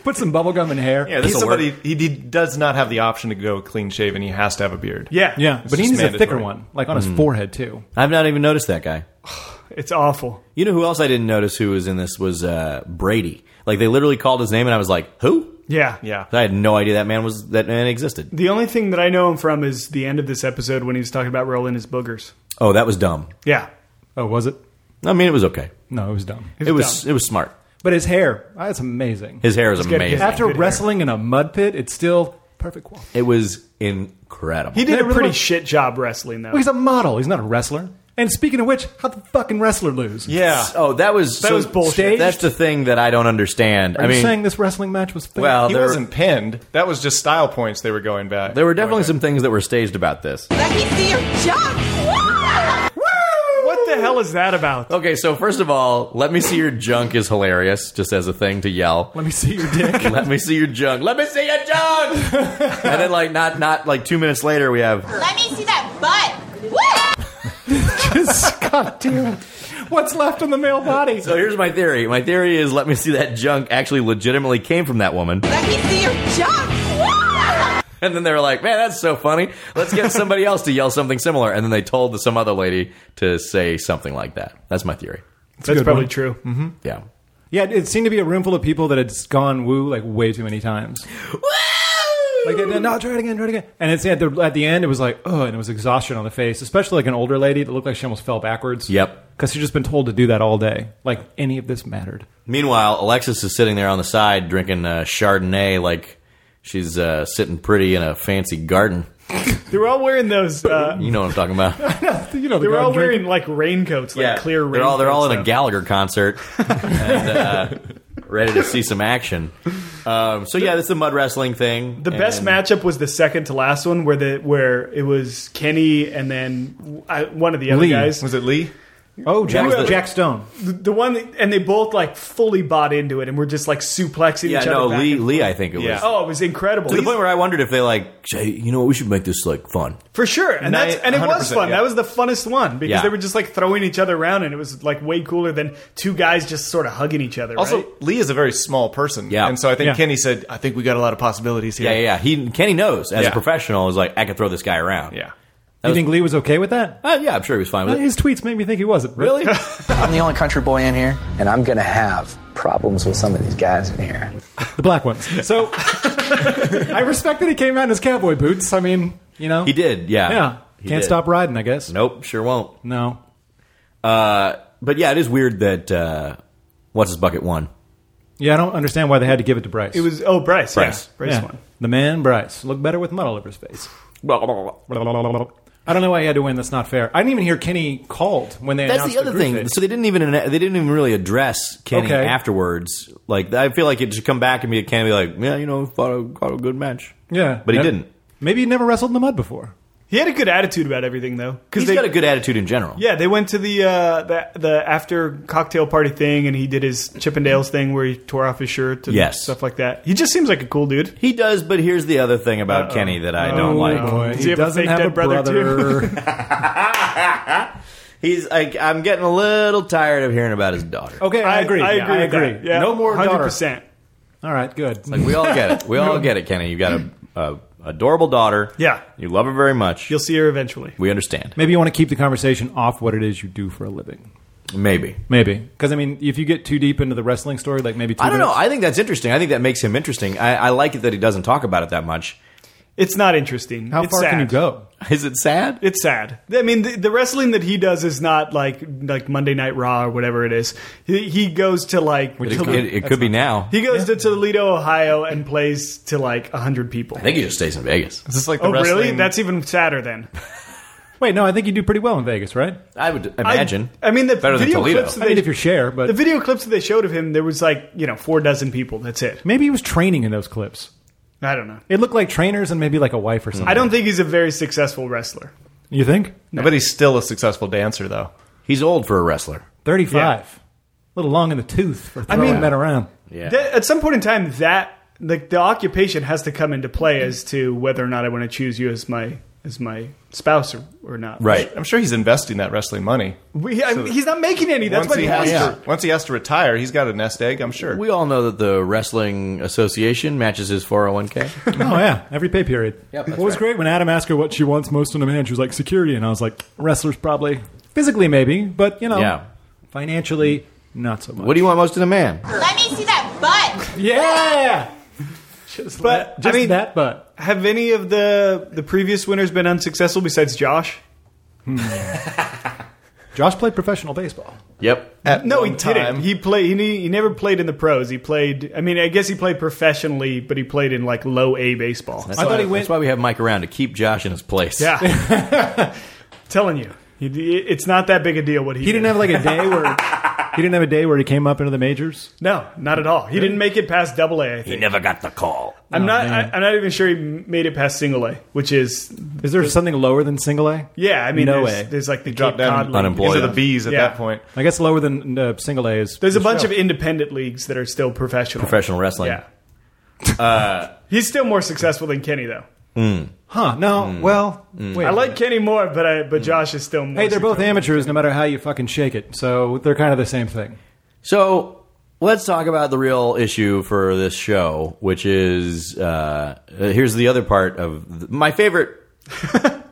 A: Put some bubble gum in hair.
D: Yeah, he's
B: this'll
D: somebody. He, he does not have the option to go clean shaven. He has to have a beard.
C: Yeah,
A: Yeah, but he
D: just
A: needs a thicker
D: mandatory.
A: one, like on his forehead too.
B: I've not even noticed that guy.
C: It's awful.
B: You know who else I didn't notice who was in this was uh, Brady. Like they literally called his name, and I was like, who?
C: Yeah,
D: Yeah.
B: I had no idea that man was that man existed.
C: The only thing that I know him from is the end of this episode when he was talking about rolling his boogers.
B: Oh, that was dumb.
C: Yeah,
A: Oh, was it?
B: I mean, it was okay.
A: No, it was dumb.
B: It was it was smart.
A: But his hair—that's amazing.
B: His hair is
C: good.
B: amazing.
A: After
C: Good hair.
A: wrestling in a mud pit, it's still perfect quality.
B: It was incredible.
C: He did
A: Yeah,
C: a
A: really
C: pretty
A: well.
C: shit job wrestling though.
A: Well, he's a model. He's not a wrestler. And speaking of which, how'd the fucking wrestler lose?
D: Yeah.
B: Oh, that was that
C: was bullshit.
B: That's the thing that I don't understand.
A: Are
B: I
A: you
B: mean,
A: saying this wrestling match was fake?
B: well,
D: he
B: there,
D: wasn't pinned. That was just style points they were going back.
B: there were definitely
D: going
B: some things that were staged about this.
E: Let me see your junk.
C: what the hell is that about?
B: Okay, so first of all, let me see your junk is hilarious, just as a thing to yell.
A: let me see your dick.
B: Let me see your junk. Let me see your junk. and then, like, not not like two minutes later, we have
E: Let me see that butt.
A: Just, God damn it. What's left in the male body?
B: So here's my theory. My theory is let me see that junk actually legitimately came from that woman.
E: Let me see your junk.
B: And then they were like, man, that's so funny. Let's get somebody else to yell something similar. And then they told some other lady to say something like that. That's my theory.
C: That's
A: good
C: probably
A: one.
C: true.
B: Yeah.
A: Yeah, it seemed to be a room full of people that had gone woo like way too many times. Like, no, no, try it again, try it again. And it's at the at the end, it was like, oh, and it was exhaustion on the face, especially like an older lady that looked like she almost fell backwards.
B: Yep.
A: because she'd just been told to do that all day. Like any of this mattered.
B: Meanwhile, Alexis is sitting there on the side drinking uh, Chardonnay like she's uh, sitting pretty in a fancy garden.
C: They were all wearing those. Uh,
B: You know what I'm talking about.
A: You know,
C: they were all
A: drink-
C: wearing like raincoats, like clear raincoats.
B: They're all, they're all in a
C: gap.
B: Gallagher concert and uh, ready to see some action. Um, so, yeah, that's the mud wrestling thing.
C: The best
B: And-
C: matchup was the second to last one, where the where it was Kenny and then I, one of the other
A: Lee.
C: guys.
D: Was it Lee?
A: Oh, Jack,
B: That was the-
A: Jack Stone.
C: the one that- and they both like fully bought into it and were just like suplexing
B: Yeah,
C: each other
B: no,
C: back
B: Lee,
C: and-
B: Lee, I think it was.
D: Yeah.
C: oh it was incredible
B: To the point where I wondered if they like, "Hey, you know, what, we should make this like fun.
C: for sure and
D: Nine-
C: that's and it was
D: 100%,
C: fun
D: yeah.
C: that was the funnest one because
B: Yeah.
C: they were just like throwing each other around and it was like way cooler than two guys just sort of hugging each other
D: Also,
C: right?
D: Lee is a very small person.
B: Yeah.
D: And so I think
A: Yeah.
D: Kenny said, I think we got a lot of possibilities here.
B: Yeah, yeah. yeah. He Kenny knows as a
D: Yeah.
B: professional is like, I could throw this guy around.
D: Yeah.
A: You think Lee was okay with that?
B: Uh, yeah, I'm sure he was fine with it.
A: His tweets made me think he wasn't.
B: Really?
F: I'm the only country boy in here, and I'm gonna have problems with some of these guys in here.
A: The black ones. So I respect that he came out in his cowboy boots. I mean, you know,
B: he did. Yeah.
A: Yeah,
B: He
A: can't
B: did.
A: stop riding. I guess.
B: Nope. Sure won't.
A: No.
B: Uh, but yeah, it is weird that uh, what's his bucket won.
A: Yeah, I don't understand why they had to give it to Bryce.
C: it was oh Bryce
B: Bryce.
C: yeah Bryce
A: yeah.
C: one
A: the man Bryce looked better with mud all over his face. I don't know why he had to win. That's not fair. I didn't even hear Kenny called when they
B: That's
A: announced
B: the other
A: group
B: thing.
A: phase.
B: So they didn't even they didn't even really address Kenny
A: Okay.
B: afterwards. Like I feel like it should come back and be Kenny be like, yeah, you know, fought a, fought a good match.
A: yeah,
B: but he
A: Yeah.
B: didn't.
A: Maybe he never wrestled in the mud before.
C: he had a good attitude about everything though
B: He's
C: they
B: got a good attitude in general.
C: yeah, they went to the, uh, the the after cocktail party thing, and he did his Chippendales thing where he tore off his shirt and
B: Yes.
C: stuff like that. He just seems like a cool dude.
B: He does, but here's the other thing about Kenny that I don't like.
A: Oh, Boy,
C: Does
A: he,
C: he have a
A: doesn't
C: fake
A: have
C: dead
A: a
C: brother, too?
A: brother.
B: He's like, I'm getting a little tired of hearing about his daughter.
A: okay, I, agree.
C: I
A: Yeah,
C: agree.
A: I
C: with
A: agree.
C: that. Yeah,
A: No more daughter.
C: 100%.
A: All right, good.
B: We all get it. We all get it, Kenny. You got a, a adorable daughter.
C: Yeah.
B: you love her very much.
C: You'll see her eventually.
B: we understand.
A: Maybe you want to keep the conversation off what it is you do for a living.
B: Maybe.
A: Maybe because I mean, if you get too deep into the wrestling story, like maybe two
B: I don't know.
A: minutes-
B: I think that's interesting. I think that makes him interesting. I, I like it that he doesn't talk about it that much.
C: It's not interesting.
A: How
C: It's
A: far can
C: sad.
A: you go?
B: Is it sad?
C: It's sad. I mean, the, the wrestling that he does is not like like Monday Night Raw or whatever it is. He, he goes to like
B: It,
C: to-
B: it- it could be now.
C: he goes to Toledo, Ohio, and plays to like hundred people.
B: I think he just stays in Vegas.
D: Is this like the
C: Oh,
D: wrestling?
C: really? That's even sadder then.
A: Wait, no, I think you do pretty well in Vegas, right?
B: I would imagine.
C: I, I mean, the
B: Better than
C: video
B: Toledo.
C: clips. That
A: I
C: they,
A: mean, if you're share, but
C: the video clips that they showed of him, there was like you know four dozen people. That's it.
A: maybe he was training in those clips.
C: I don't know.
A: It looked like trainers and maybe like a wife or something.
C: I don't think he's a very successful wrestler.
A: You think?
D: I bet he's still a successful dancer, though.
B: He's old for a wrestler.
A: Thirty-five, a little long in the tooth for throwing
C: mean-
A: that around.
B: Yeah.
C: That- at some point in time, that like the occupation has to come into play as to whether or not I want to choose you as my as my spouse or, or not.
B: right.
D: I'm sure he's investing that wrestling money.
C: We, I, he's not making any. That's
D: once
C: what
D: he
C: he
D: has
C: has.
D: to, once he has to retire, he's got a nest egg. I'm sure.
B: We all know that the Wrestling Association matches his 401k.
A: Oh yeah, every pay period.
B: Yep, that's
A: what was
B: right.
A: great when Adam asked her what she wants most in a man, she was like security, and I was like wrestlers probably physically maybe, but you know,
B: Yeah.
A: financially not so much.
B: what do you want most in a man?
E: Let me see that butt.
A: yeah,
C: But
A: just
C: I mean,
A: that, but
C: have any of the the previous winners been unsuccessful besides Josh?
A: Josh played professional baseball.
B: Yep.
D: At
C: No,
D: one
C: he didn't.
D: time-
C: He played. He, he never played in the pros. He played. I mean, I guess he played professionally, but he played in like low A baseball.
B: That's
A: I thought
B: why-
A: he went-
B: That's why we have Mike around to keep Josh in his place.
C: Yeah, telling you, He- he- it's not that big a deal. What he,
A: He didn't have like a day where he didn't have a day where he came up into the majors.
C: No, not at all. He didn't make it past double A. I think.
B: He never got the call.
C: I'm not. I,
A: man.
C: I'm not even sure he made it past single A, which is
A: Is there something lower than single A?
C: yeah. I mean,
A: No
C: there's,
A: way.
C: there's like the Cape
D: dropped down
C: Cod League.
B: unemployed.
D: These are the bees at
C: Yeah.
D: that point.
A: I guess lower than uh, single A is.
C: There's a bunch of independent leagues that are still professional.
B: Professional wrestling.
D: Uh,
C: Yeah. He's still more successful than Kenny, though.
A: Huh? No.
B: Hmm.
A: Well, wait.
C: I like Kenny more, but I but Josh is still more.
A: Hey, they're both
C: successful.
A: amateurs, no matter how you fucking shake it. So they're kind of the same thing.
B: So let's talk about the real issue for this show, which is uh, uh, here's the other part of th- my favorite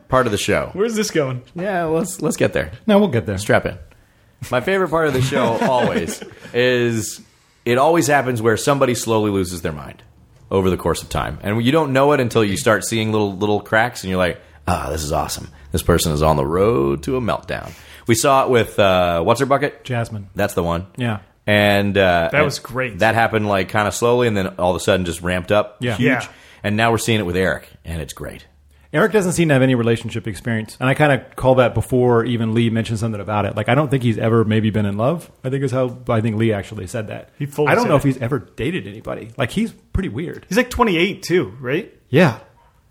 B: part of the show.
C: Where's this going?
B: Yeah, let's let's get there.
A: No, we'll get there.
B: Strap in. My favorite part of the show always is it always happens where somebody slowly loses their mind over the course of time, and you don't know it until you start seeing little little cracks, and you're like, ah, this is awesome. This person is on the road to a meltdown. We saw it with uh, what's her bucket?
A: Jasmine.
B: That's the one.
A: Yeah.
B: And uh,
C: That was
B: and
C: great.
B: That happened like kind of slowly, and then all of a sudden just ramped up.
A: Yeah.
B: huge.
C: Yeah.
B: And now we're seeing it with Eric, and it's great.
A: Eric doesn't seem to have any relationship experience, and I kind of call that before even Lee mentioned something about it. Like I don't think he's ever maybe been in love. I think is how I think Lee actually said that.
C: He fully
A: I don't
C: said
A: know
C: it.
A: if he's ever dated anybody. Like he's pretty weird.
C: He's like 28 too, right?
A: Yeah,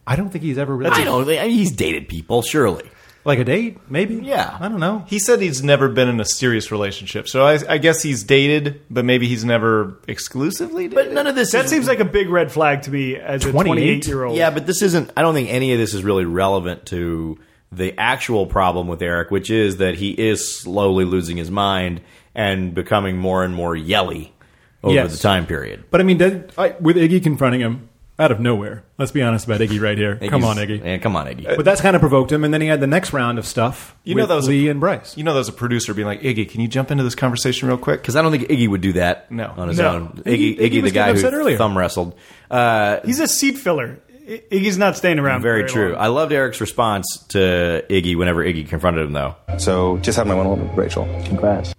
A: I don't think he's ever really
B: I don't. I mean, he's dated people, surely.
A: like a date. Maybe.
B: Yeah.
A: I don't know.
D: He said he's never been in a serious relationship, so I, I guess he's dated, but maybe he's never exclusively dated.
B: But none of this.
C: That
B: is-
C: seems like a big red flag to me as a
A: 28?
C: 28 year old.
B: Yeah, but this isn't. I don't think any of this is really relevant to the actual problem with Eric, which is that he is slowly losing his mind and becoming more and more yelly over
A: Yes.
B: the time period.
A: But I mean, did, I, with Iggy confronting him out of nowhere. Let's be honest about Iggy right here. Come on,
B: Iggy's-
A: Iggy.
B: Yeah, come on, Iggy.
A: But that's kind of provoked him, and then he had the next round of stuff.
D: You know
A: with
D: that was a-
A: Lee and Bryce.
D: you know, there's a producer being like, "Iggy, can you jump into this conversation real quick?"
B: because I don't think Iggy would do that
D: No.
B: on his
C: No.
B: own.
A: Iggy-
B: Iggy,
A: Iggy
B: Iggy, the
A: was
B: guy
A: getting
B: who
A: upset earlier.
B: thumb wrestled. Uh,
C: he's a seat filler. I- Iggy's not staying around.
B: very,
C: for
B: true.
C: long.
B: I loved Eric's response to Iggy whenever Iggy confronted him, though.
F: So just had my one with Rachel. Congrats.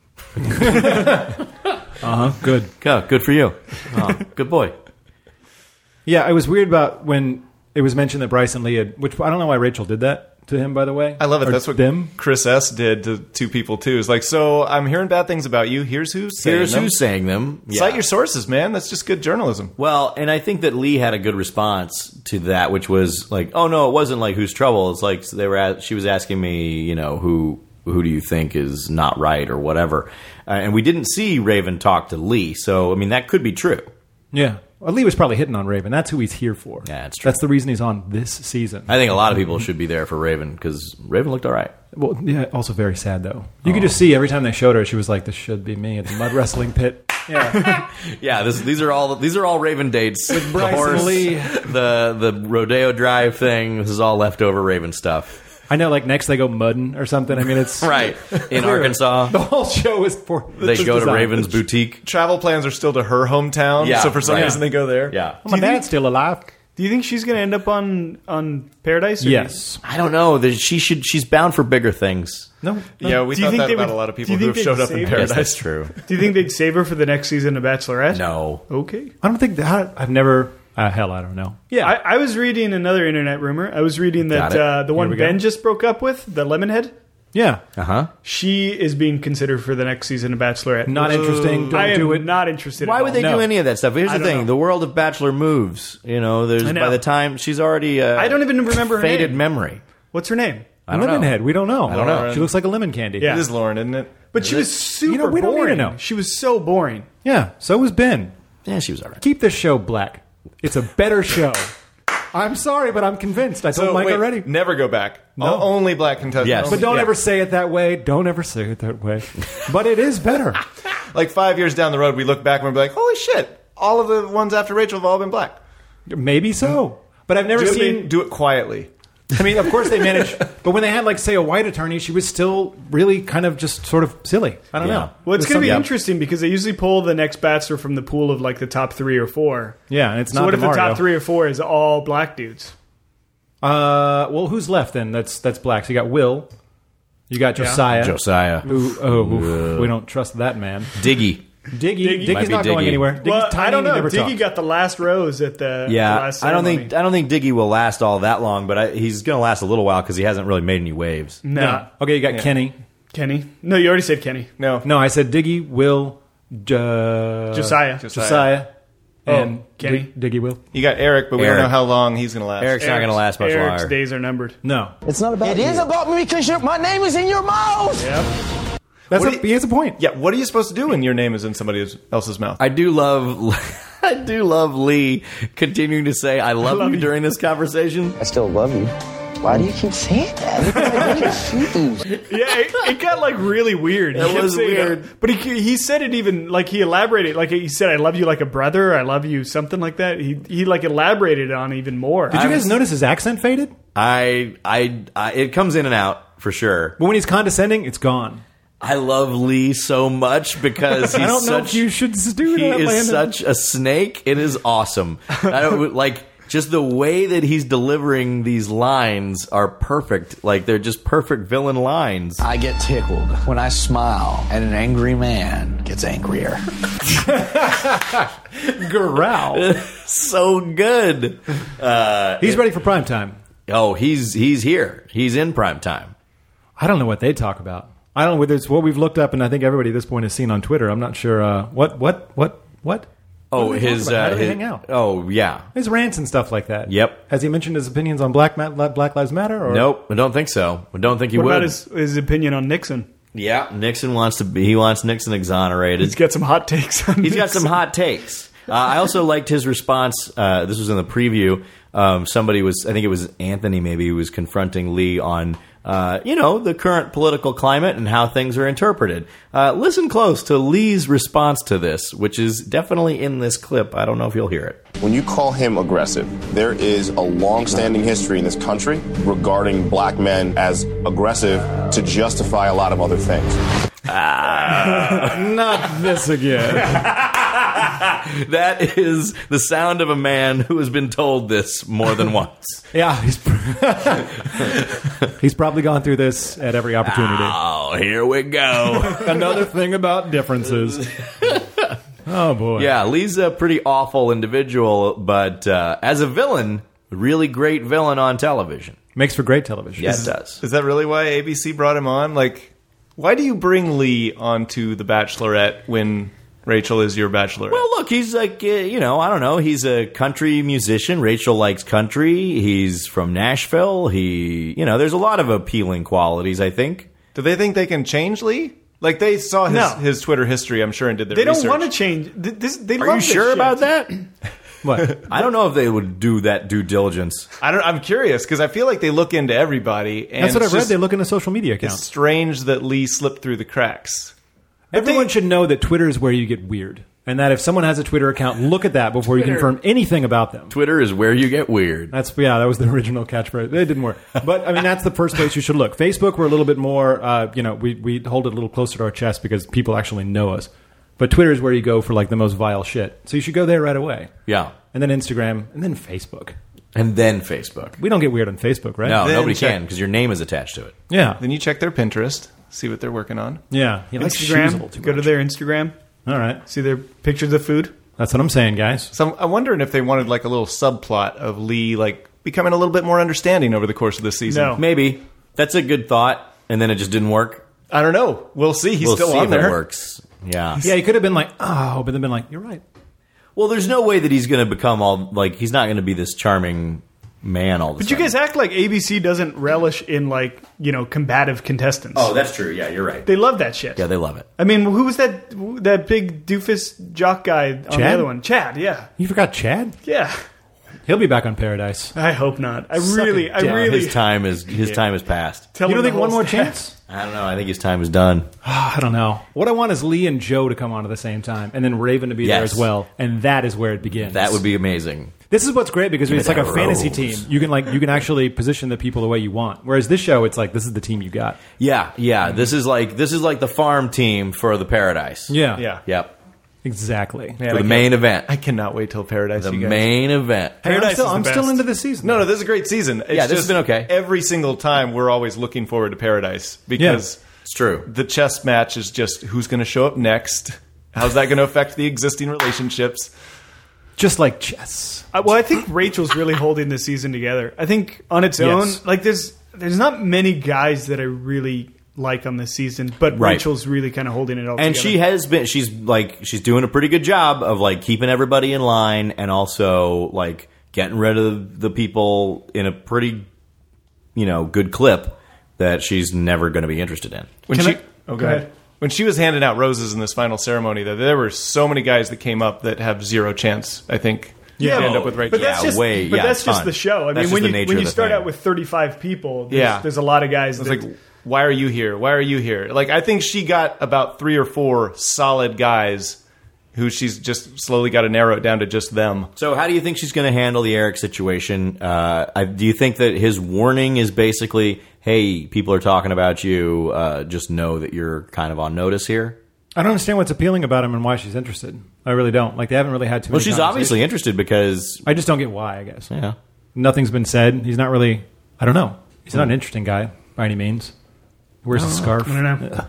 A: Uh-huh, Good.
B: Go, good for you. Oh, good boy.
A: Yeah, it was weird about when it was mentioned that Bryce and Lee had, which I don't know why Rachel did that to him, by the way.
D: I love it.
A: Or
D: That's what
A: them.
D: Chris S did to two people too. It's like, so I'm hearing bad things about you. Here's who's saying
B: Here's
D: them.
B: who's saying them.
D: Cite
B: Yeah.
D: your sources, man. That's just good journalism.
B: Well, and I think that Lee had a good response to that, which was like, "Oh no, it wasn't like who's trouble." It's like they were. At, she was asking me, you know, who who do you think is not right or whatever, uh, and we didn't see Raven talk to Lee, so I mean that could be true.
A: Yeah. Well, Lee was probably hitting on Raven. That's who he's here for.
B: Yeah, that's true.
A: That's the reason he's on this season.
B: I think a lot of people should be there for Raven because Raven looked all right.
A: well, yeah, also very sad, though. You
B: Oh.
A: could just see every time they showed her, she was like, this should be me at the mud wrestling pit.
B: Yeah, this, these are all these are all Raven dates. the
A: Bryce and
B: horse,
A: Lee.
B: the the rodeo drive thing. This is all leftover Raven stuff,
A: I know, like, next they go mudding or something. I mean, it's.
B: right? In Arkansas,
A: The whole show is for.
B: they
A: just
B: go to
A: designed.
B: Raven's boutique.
D: Travel plans are still to her hometown,
B: Yeah,
D: so for some
B: right.
D: reason they go there.
B: Yeah,
A: Oh, my dad's still alive.
C: Do you think she's going to end up on on Paradise? Or
A: Yes.
B: I don't know. There's- She should. She's bound for bigger things.
A: No. no.
D: yeah. We
C: Do you
D: thought
C: think
D: that
C: they
D: about
C: would-
D: a lot of
C: do you
D: people who
C: think
D: have showed
C: they'd
D: up in
C: save-
B: Yes,
D: paradise.
B: that's true.
C: Do you think they'd save her for the next season of Bachelorette?
B: No.
C: Okay.
A: I don't think that. I've never. Uh, hell, I don't know.
C: Yeah, I, I was reading another internet rumor. I was reading
B: Got
C: that
B: it.
C: uh, the
A: we
C: one
A: go.
C: Ben just broke up with, the Lemonhead,
A: Yeah.
B: Uh
C: Uh-huh.
B: huh.
C: she is being considered for the next season of Bachelorette. Uh,
A: Not interesting. Don't
C: I am
A: do it.
C: not interested.
B: Why
C: at
B: would
C: all.
B: they
A: No.
B: do any of that stuff? Here's the
C: I don't
B: thing:
C: know.
B: the world of Bachelor moves. You know, there's
C: I know.
B: by the time she's already. Uh,
C: I don't even remember her
B: faded
C: name.
B: memory.
C: What's her name?
B: I don't
A: lemon
B: know.
A: head. We don't know. I
B: don't know.
A: She looks like a lemon candy.
C: Yeah.
D: It is Lauren, isn't it?
C: But she was super
A: You know, we don't need to
C: boring.
A: know.
C: She was so boring.
A: Yeah. So was Ben.
B: Yeah, she was alright.
A: Keep this show black. It's a better show. I'm sorry, but I'm convinced. I told Mike
D: wait,
A: already.
D: Never go back.
A: No.
D: O- Only black contestants.
B: Yes.
A: But
D: Only-
A: don't
B: Yeah.
A: ever say it that way. Don't ever say it that way. but it is better.
D: like five years down the road, we look back and we're like, holy shit! All of the ones after Rachel have all been black.
A: Maybe so. But I've never
D: Do
A: seen.
D: it, do it quietly.
A: I mean, of course they managed. But when they had, like, say, a white attorney, she was still really kind of just sort of silly. I don't
B: Yeah.
A: know.
C: Well,
A: It was
C: it's going to be
A: something-
C: interesting because they usually pull the next bachelor from the pool of like the top three or four.
A: Yeah, and it's
C: So
A: not
C: what if the
A: DeMario.
C: top three or four is all black dudes?
A: Uh, well, who's left then? That's that's black. So you got Will. You got Josiah.
B: Josiah,
A: Who, oh, oof, we don't trust that man.
B: Diggy.
A: Diggy.
C: Diggy.
A: Diggy's
B: Might be
A: not
B: Diggy.
A: going anywhere. Diggy's
C: well,
A: tiny
C: I don't
A: and
C: know.
A: he never
C: Diggy
A: talks.
C: got the last rose at the The
B: Yeah,
C: last
B: I don't
C: ceremony.
B: think I don't think Diggy will last all that long, but I, he's going to last a little while because he hasn't really made any waves.
C: no.
A: Okay, you got Kenny.
C: Kenny. No, you already said Kenny.
D: No,
A: No, I said Diggy, Will, J- uh,
C: Uh, Josiah. Oh,
A: Josiah, and
C: Kenny.
A: Dig- Diggy Will.
D: you got Eric, but we
B: Eric.
D: don't know how long he's going to last.
B: Eric's not going to last much
C: Eric's
B: longer.
C: days are numbered.
A: No,
F: It's not about It is about me because your, my name is in your mouth.
A: that's
D: What
A: a,
D: do you-
A: he has a point.
D: Yeah, what are you supposed to do when your name is in somebody else's mouth?
B: I do love. I do love Lee continuing to say, I love, you during this conversation.
F: I still love you. Why do you keep saying that?
C: Yeah, it, it got like really weird. He
B: It
C: kept
B: was
C: saying
B: weird.
C: But he he said it even like he elaborated like he said I love you like a brother, I love you something like that. He he like elaborated on even more.
A: Did you guys notice his accent faded?
B: I, I, I, it comes in and out for sure.
A: But when he's condescending, it's gone.
B: I love Lee so much because he's
A: I don't know
B: such,
A: if you should do
B: he
A: that,
B: is
A: Landon.
B: such a snake. It is awesome. I don't, like just the way that he's delivering these lines are perfect. Like they're just perfect villain lines.
F: I get tickled when I smile and an angry man gets angrier.
A: growl.
B: so good.
A: he's ready for prime time.
B: Oh, he's he's here. He's in prime time.
A: I don't know what they talk about. I don't know whether it's what we've looked up, and I think everybody at this point has seen on Twitter. I'm not sure uh, what what what what.
B: Oh,
A: What do they talk
B: his
A: about? How
B: uh,
A: do they
B: his-
A: hang out?
B: Oh yeah.
A: His rants and stuff like that.
B: Yep.
A: Has he mentioned his opinions on Black Ma- Black Lives Matter? Or?
B: Nope, I don't think so. I don't think he
C: what
B: would.
C: about his, his opinion on Nixon?
B: yeah, Nixon wants to be. He wants Nixon exonerated.
C: He's got some hot takes on
B: He's got some hot takes. Uh, I also liked his response. Uh, this was in the preview. Um, somebody was, I think it was Anthony, maybe, who was confronting Lee on, uh, you know, the current political climate and how things are interpreted. Uh, listen close to Lee's response to this, which is definitely in this clip. I don't know if you'll hear it.
G: When you call him aggressive, there is a long-standing history in this country regarding black men as aggressive to justify a lot of other things.
A: Not this again.
B: That is the sound of a man who has been told this more than once.
A: yeah, he's he's probably gone through this at every opportunity.
B: Oh, here we go.
A: Another thing about differences. oh boy.
B: Yeah, Lee's a pretty awful individual, but uh, as a villain, really great villain on television.
A: Makes for great television.
B: Yeah, it does.
D: Is that really why ABC brought him on? Like, why do you bring Lee onto The Bachelorette when Rachel is your bachelorette?
B: Well, look, he's like, uh, you know, I don't know. He's a country musician. Rachel likes country. He's from Nashville. He, you know, there's a lot of appealing qualities, I think.
D: do they think they can change Lee? Like they saw his,
C: No.
D: his Twitter history, I'm sure, and did their
C: They don't
D: research.
C: want to change. Th- This, they
B: Are you sure about that?
A: What?
B: I don't know if they would do that due diligence.
D: I don't. I'm curious because I feel like they look into everybody. And
A: That's what I
D: it's
A: read.
D: just-
A: they look into social media
D: It's
A: accounts.
D: strange that Lee slipped through the cracks.
A: Everyone should know that Twitter is where you get weird, and that if someone has a Twitter account, look at that before you confirm anything about them.
B: Twitter is where you get weird.
A: That's yeah, that was the original catchphrase. It didn't work, but I mean that's the first place you should look. Facebook, we're a little bit more, uh, you know, we we hold it a little closer to our chest because people actually know us. But Twitter is where you go for like the most vile shit, so you should go there right away.
B: Yeah.
A: and then Instagram, and then Facebook.
B: And then Facebook.
A: We don't get weird on Facebook, right?
B: No,
D: Then
B: nobody
D: check-
B: can because your name is attached to it.
A: Yeah,
D: Then you check their Pinterest, see what they're working on.
A: yeah. He likes shoes a little
C: Instagram?
A: too
C: Go to
A: much.
C: their Instagram.
A: All right,
C: See their pictures of food.
A: that's what I'm saying, guys.
D: So I'm, I'm wondering if they wanted like a little subplot of Lee like becoming a little bit more understanding over the course of this season.
C: No.
B: Maybe. That's a good thought. And then it just didn't work.
D: I don't know. We'll see. He's
B: We'll
D: still
B: see
D: on
B: if
D: there.
B: it works. Yeah.
A: Yeah, he could have been like, oh, but then been like, you're right.
B: Well, there's no way that he's going to become all like he's not going to be this charming man all the
C: But you guys act like ABC doesn't relish in like you know combative contestants.
B: Oh, that's true. Yeah, you're right.
C: they love that shit.
B: yeah, they love it.
C: I mean, who was that that big doofus jock guy on the
A: Chad?
C: other one? Chad. Yeah.
A: You forgot Chad.
C: Yeah.
A: He'll be back on Paradise.
C: I hope not. I
A: Suck
C: really,
A: it
C: I
A: down.
C: really.
B: His time is his time is past.
C: tell
A: You
C: him
A: don't
C: the
A: think one
C: whole
A: more
C: story.
A: chance?
B: I don't know. I think his time is done.
A: Ah, I don't know. What I want is Lee and Joe to come on at the same time, and then Raven to be there
B: Yes.
A: as well, and that is where it begins.
B: That would be amazing.
A: This is what's great because
B: me
A: it's like a
B: that
A: fantasy
B: rose.
A: team. You can like you can actually position the people the way you want. Whereas this show, it's like this is the team you got.
B: Yeah, yeah. This is like this is like the farm team for the paradise.
A: Yeah,
D: Yeah.
B: Yep.
A: exactly.
D: Man,
B: For
D: I
B: the
D: can't-
B: main event.
D: I cannot wait till Paradise.
B: The
D: you guys.
B: main event.
A: Hey, I'm,
D: Paradise
A: still,
D: is the
A: I'm still
D: best.
A: into this season.
D: No, no, this is a great season. It's
B: Yeah, this has
D: just
B: been okay.
D: Every single time, we're always looking forward to Paradise because
B: It's true.
D: the chess match is just who's going to show up next. How's that going to affect the existing relationships?
A: just like chess.
C: I, well, I think Rachel's really holding this season together. I think on its own,
A: Yes.
C: like there's there's not many guys that I really like on this season, but
B: Right.
C: Rachel's really kind of holding it all.
B: And
C: together.
B: she has been. She's like she's doing a pretty good job of like keeping everybody in line and also like getting rid of the people in a pretty, you know, good clip that she's never going to be interested in.
D: When
C: Can
D: she,
C: I-
D: oh,
C: go ahead.
D: When she was handing out roses in this final ceremony, though, there were so many guys that came up that have zero chance. I think
C: Yeah.
D: to end up with Rachel.
C: But that's
B: Yeah,
C: just,
B: way-
C: but
B: yeah,
C: that's
B: it's
C: just
B: fun.
C: the show. I
B: That's
C: mean,
B: just
C: when
B: the
C: you
B: nature
C: when
B: of
C: you
B: the
C: start
B: thing.
C: out with 35 people, there's,
D: Yeah.
C: there's a lot of guys.
D: It's
C: that,
D: like, why are you here? Why are you here? Like, I think she got about three or four solid guys who she's just slowly got to narrow it down to just them.
B: So, how do you think she's going to handle the Eric situation? Uh, I, do you think that his warning is basically, "Hey, people are talking about you. Uh, just know that you're kind of on notice here."
A: I don't understand what's appealing about him and why she's interested. I really don't. Like they haven't really had too.
B: Well,
A: many
B: she's
A: conversations.
B: obviously interested because
A: I just don't get why. I guess
B: you know,
A: nothing's been said. He's not really. I don't know. He's not an interesting guy by any means. Where's the scarf?
C: I don't know.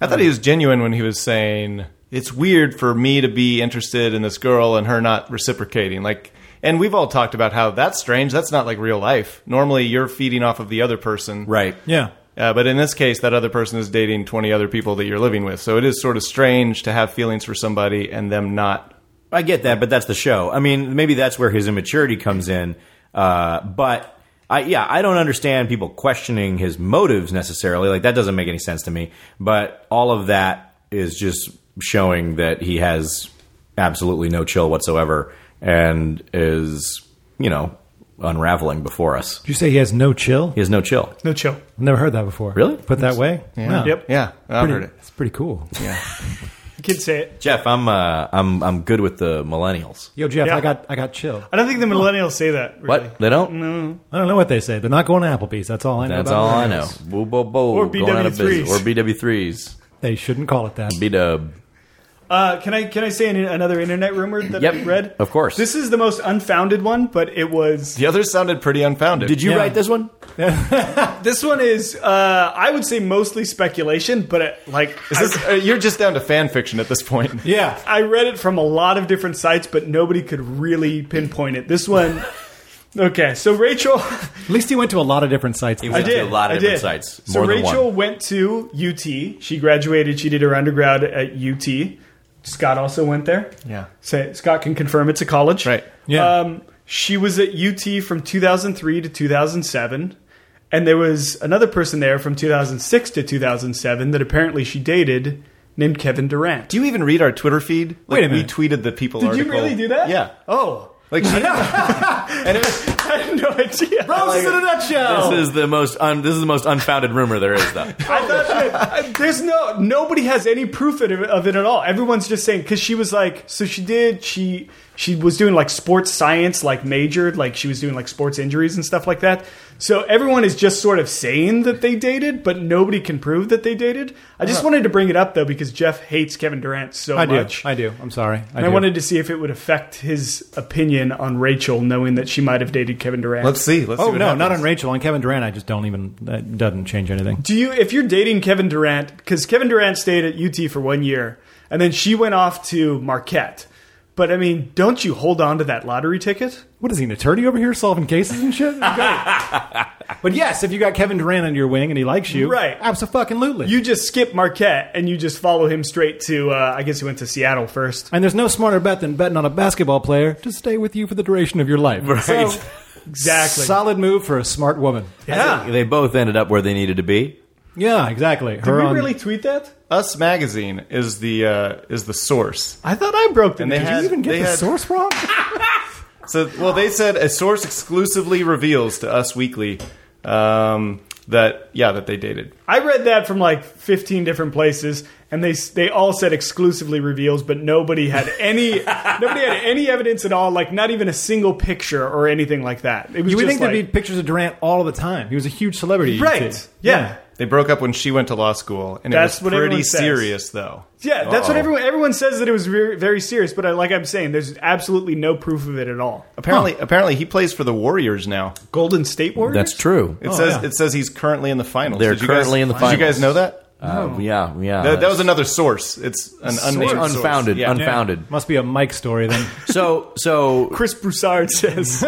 D: I thought he was genuine when he was saying it's weird for me to be interested in this girl and her not reciprocating. Like, and we've all talked about how that's strange. That's not like real life. Normally, you're feeding off of the other person,
B: right?
A: Yeah.
D: Uh, but in this case, that other person is dating twenty other people that you're living with. So it is sort of strange to have feelings for somebody and them not.
B: I get that, but that's the show. I mean, maybe that's where his immaturity comes in. Uh, but I, yeah, I don't understand people questioning his motives necessarily. Like that doesn't make any sense to me. But all of that is just showing that he has absolutely no chill whatsoever and is, you know, unraveling before us.
A: Did you say he has no chill?
B: He has no chill.
C: No chill.
A: I've never heard that before.
B: Really?
A: Put that way? Wow.
C: Yep.
D: Yeah, I've
A: Pretty-
D: heard it.
A: It's pretty cool.
C: You can say it.
B: Jeff, I'm uh, I'm I'm good with the millennials.
A: Yo, Jeff,
C: Yeah.
A: I got I got chill.
C: I don't think the millennials say that. Really.
B: What? They don't?
A: I don't know what they say. They're not going to Applebee's. That's all I know.
B: That's
A: about
B: all I know.
A: millennials.
B: Boo, boo, boo.
C: Or
B: Going out of business. Or
C: BW3s.
B: BW3s.
A: They shouldn't call it that.
B: B dub.
C: Uh, can I can I say an, another internet rumor that
B: Yep.
C: I read?
B: Of course.
C: This is the most unfounded one, but it was.
D: The others sounded pretty unfounded.
B: Did you
A: Yeah.
B: write this one?
C: This one is uh, I would say mostly speculation, but it, like
D: Is this, uh, you're just down to fan fiction at this point.
A: Yeah.
C: I read it from a lot of different sites, but nobody could really pinpoint it. This one. Okay, so Rachel,
A: At least he went to a lot of different sites.
B: He
C: I
B: went
C: did.
B: to a lot of
C: I
B: different
C: did.
B: sites.
C: So
B: more than
C: Rachel
B: one.
C: went to UT. She graduated. She did her undergrad at UT. Scott also went there.
D: Yeah.
C: So Scott can confirm it's a college.
D: Right.
A: Yeah.
C: Um, she was at UT from 2003 to 2007. And there was another person there from 2006 to 2007 that apparently she dated named Kevin Durant.
D: Do you even read our Twitter feed? Like,
A: Wait a minute.
D: We tweeted the people
C: Did you
D: article.
C: really do that?
D: Yeah.
C: Oh.
D: Like, she, and it was,
C: I had no idea.
A: Roses in a nutshell.
B: This is the most un, this is the most unfounded rumor there is, though.
C: I thought that- I- there's no nobody has any proof of it, of it at all. Everyone's just saying because she was like, so she did she she was doing like sports science, like majored, like she was doing like sports injuries and stuff like that. So everyone is just sort of saying that they dated, but nobody can prove that they dated. I just wanted to bring it up though because Jeff hates Kevin Durant so
A: Uh-huh. I do.
C: much.
A: I do. I'm sorry. I,
C: and
A: do.
C: I wanted to see if it would affect his opinion on Rachel, knowing that she might have dated Kevin Durant.
D: let's see. Let's see
A: Oh
D: what
A: no,
D: happens.
A: not on Rachel on Kevin Durant. I just don't even. That doesn't change anything.
C: Do you, if you're dating Kevin Durant, because Kevin Durant stayed at UT for one year and then she went off to Marquette. But I mean, don't you hold on to that lottery ticket?
A: What is he, an attorney over here solving cases and shit? Okay. but yes, if you got Kevin Durant under your wing and he likes you,
C: Right.
A: absolutely.
C: You just skip Marquette and you just follow him straight to, uh, I guess he went to Seattle first.
A: and there's no smarter bet than betting on a basketball player to stay with you for the duration of your life.
B: Right.
C: So- Exactly.
A: Solid move for a smart woman.
C: yeah.
B: they both ended up where they needed to be.
A: Yeah, exactly.
C: Did
A: Her
C: we
A: on-
C: really tweet that?
D: Us magazine is the uh, is the source.
C: I thought I broke the
D: And they
C: news.
D: had-
A: even get
D: they
A: the
D: had-
A: source wrong?
D: So, well, they said a source exclusively reveals to Us Weekly um, that yeah that they dated.
C: I read that from like 15 different places, and they they all said exclusively reveals, but nobody had any nobody had any evidence at all, like not even a single picture or anything like that. It was
A: You would
C: just
A: think
C: like,
A: there'd be E pictures of Durant all the time. He was a huge celebrity.
C: right, yeah.
D: They broke up when she went to law school, and
C: That's
D: it
C: what
D: was pretty
C: everyone says.
D: serious though.
C: Yeah, that's what
B: Uh-oh.
C: everyone everyone says that it was very, very serious, but I, like I'm saying, there's absolutely no proof of it at all.
D: Apparently, apparently he plays for the Warriors now.
C: Golden State Warriors.
B: That's true.
C: Oh,
D: It says
A: yeah.
D: it says he's currently in the finals.
B: They're
D: Did you guys-
B: currently in the
D: Did you
B: finals.
D: guys know that?
B: Uh, yeah, yeah.
D: That, that was another source. It's an unnamed source.
B: unfounded,
D: Yeah.
B: unfounded.
A: Must be a Mike story then.
B: So, so
C: Chris Broussard says.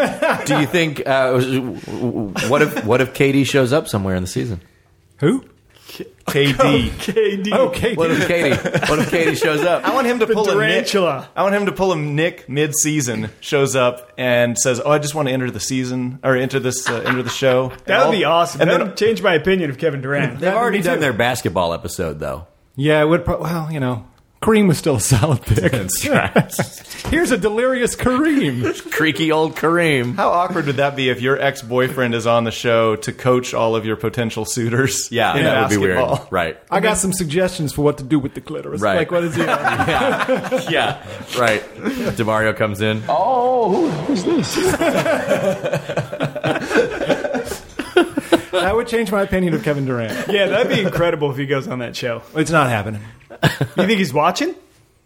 B: do you think? Uh, what if what if Katie shows up somewhere in the season?
A: Who?
C: Oh,
A: Oh,
D: KD.
C: KD.
A: Okay.
B: What if Katie? What if Katie shows
D: I
B: up?
D: want him to
C: The
D: pull a
C: tarantula.
D: Nick. I want him to pull a Nick mid-season. Shows up and says, "Oh, I just want to enter the season or enter this uh, enter the show."
C: That would be awesome.
D: And
C: that
D: then
C: would change my opinion of Kevin Durant.
B: They've already
A: Me too.
B: done their basketball episode, though.
A: Yeah, it would. Pro- well, you know, Kareem was still a solid pick. Here's a delirious Kareem.
B: Creaky old Kareem.
D: How awkward would that be if your ex boyfriend is on the show to coach all of your potential suitors?
B: Yeah,
D: in
B: that would be weird.
D: basketball?
B: Right.
A: I got some suggestions for what to do with the clitoris.
B: Right.
A: Like, what is it?
B: Yeah. yeah. Right. Demario comes in.
F: Oh, who, who's this?
A: I would change my opinion of Kevin Durant.
C: Yeah, that'd be incredible if he goes on that show.
A: It's not happening.
C: You think he's watching?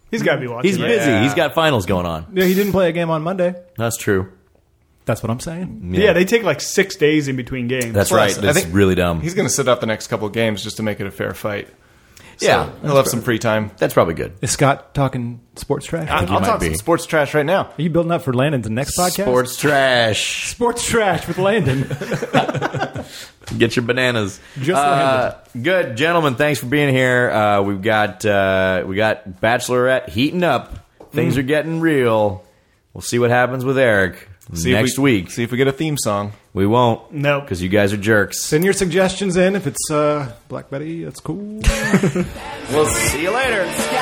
C: He's got to be watching.
B: He's
C: right?
B: busy. He's got finals going on.
A: Yeah, he didn't play a game on Monday.
B: That's true.
A: That's what I'm saying.
C: Yeah. they take like six days in between games.
B: That's
D: Plus,
B: right.
D: I
B: That's
D: think
B: really dumb.
D: He's going to sit out the next couple of games just to make it a fair fight. So
B: Yeah.
D: he'll have some free time.
B: That's probably good.
A: Is Scott talking sports trash?
D: I'll
B: might
D: talk
B: be.
D: some sports trash right now.
A: Are you building up for Landon's next podcast?
B: Sports trash.
A: Sports trash with Landon.
B: Get your bananas.
A: Just
B: uh, good gentlemen. Thanks for being here. Uh, we've got uh, we got Bachelorette heating up.
D: Mm.
B: Things are getting real. We'll see what happens with Eric
D: See if
B: next
D: we-
B: week.
D: See if we get a theme song.
B: We won't.
C: No.
B: because you guys are jerks.
A: Send your suggestions in. If it's uh, Black Betty, that's cool.
B: We'll see you later.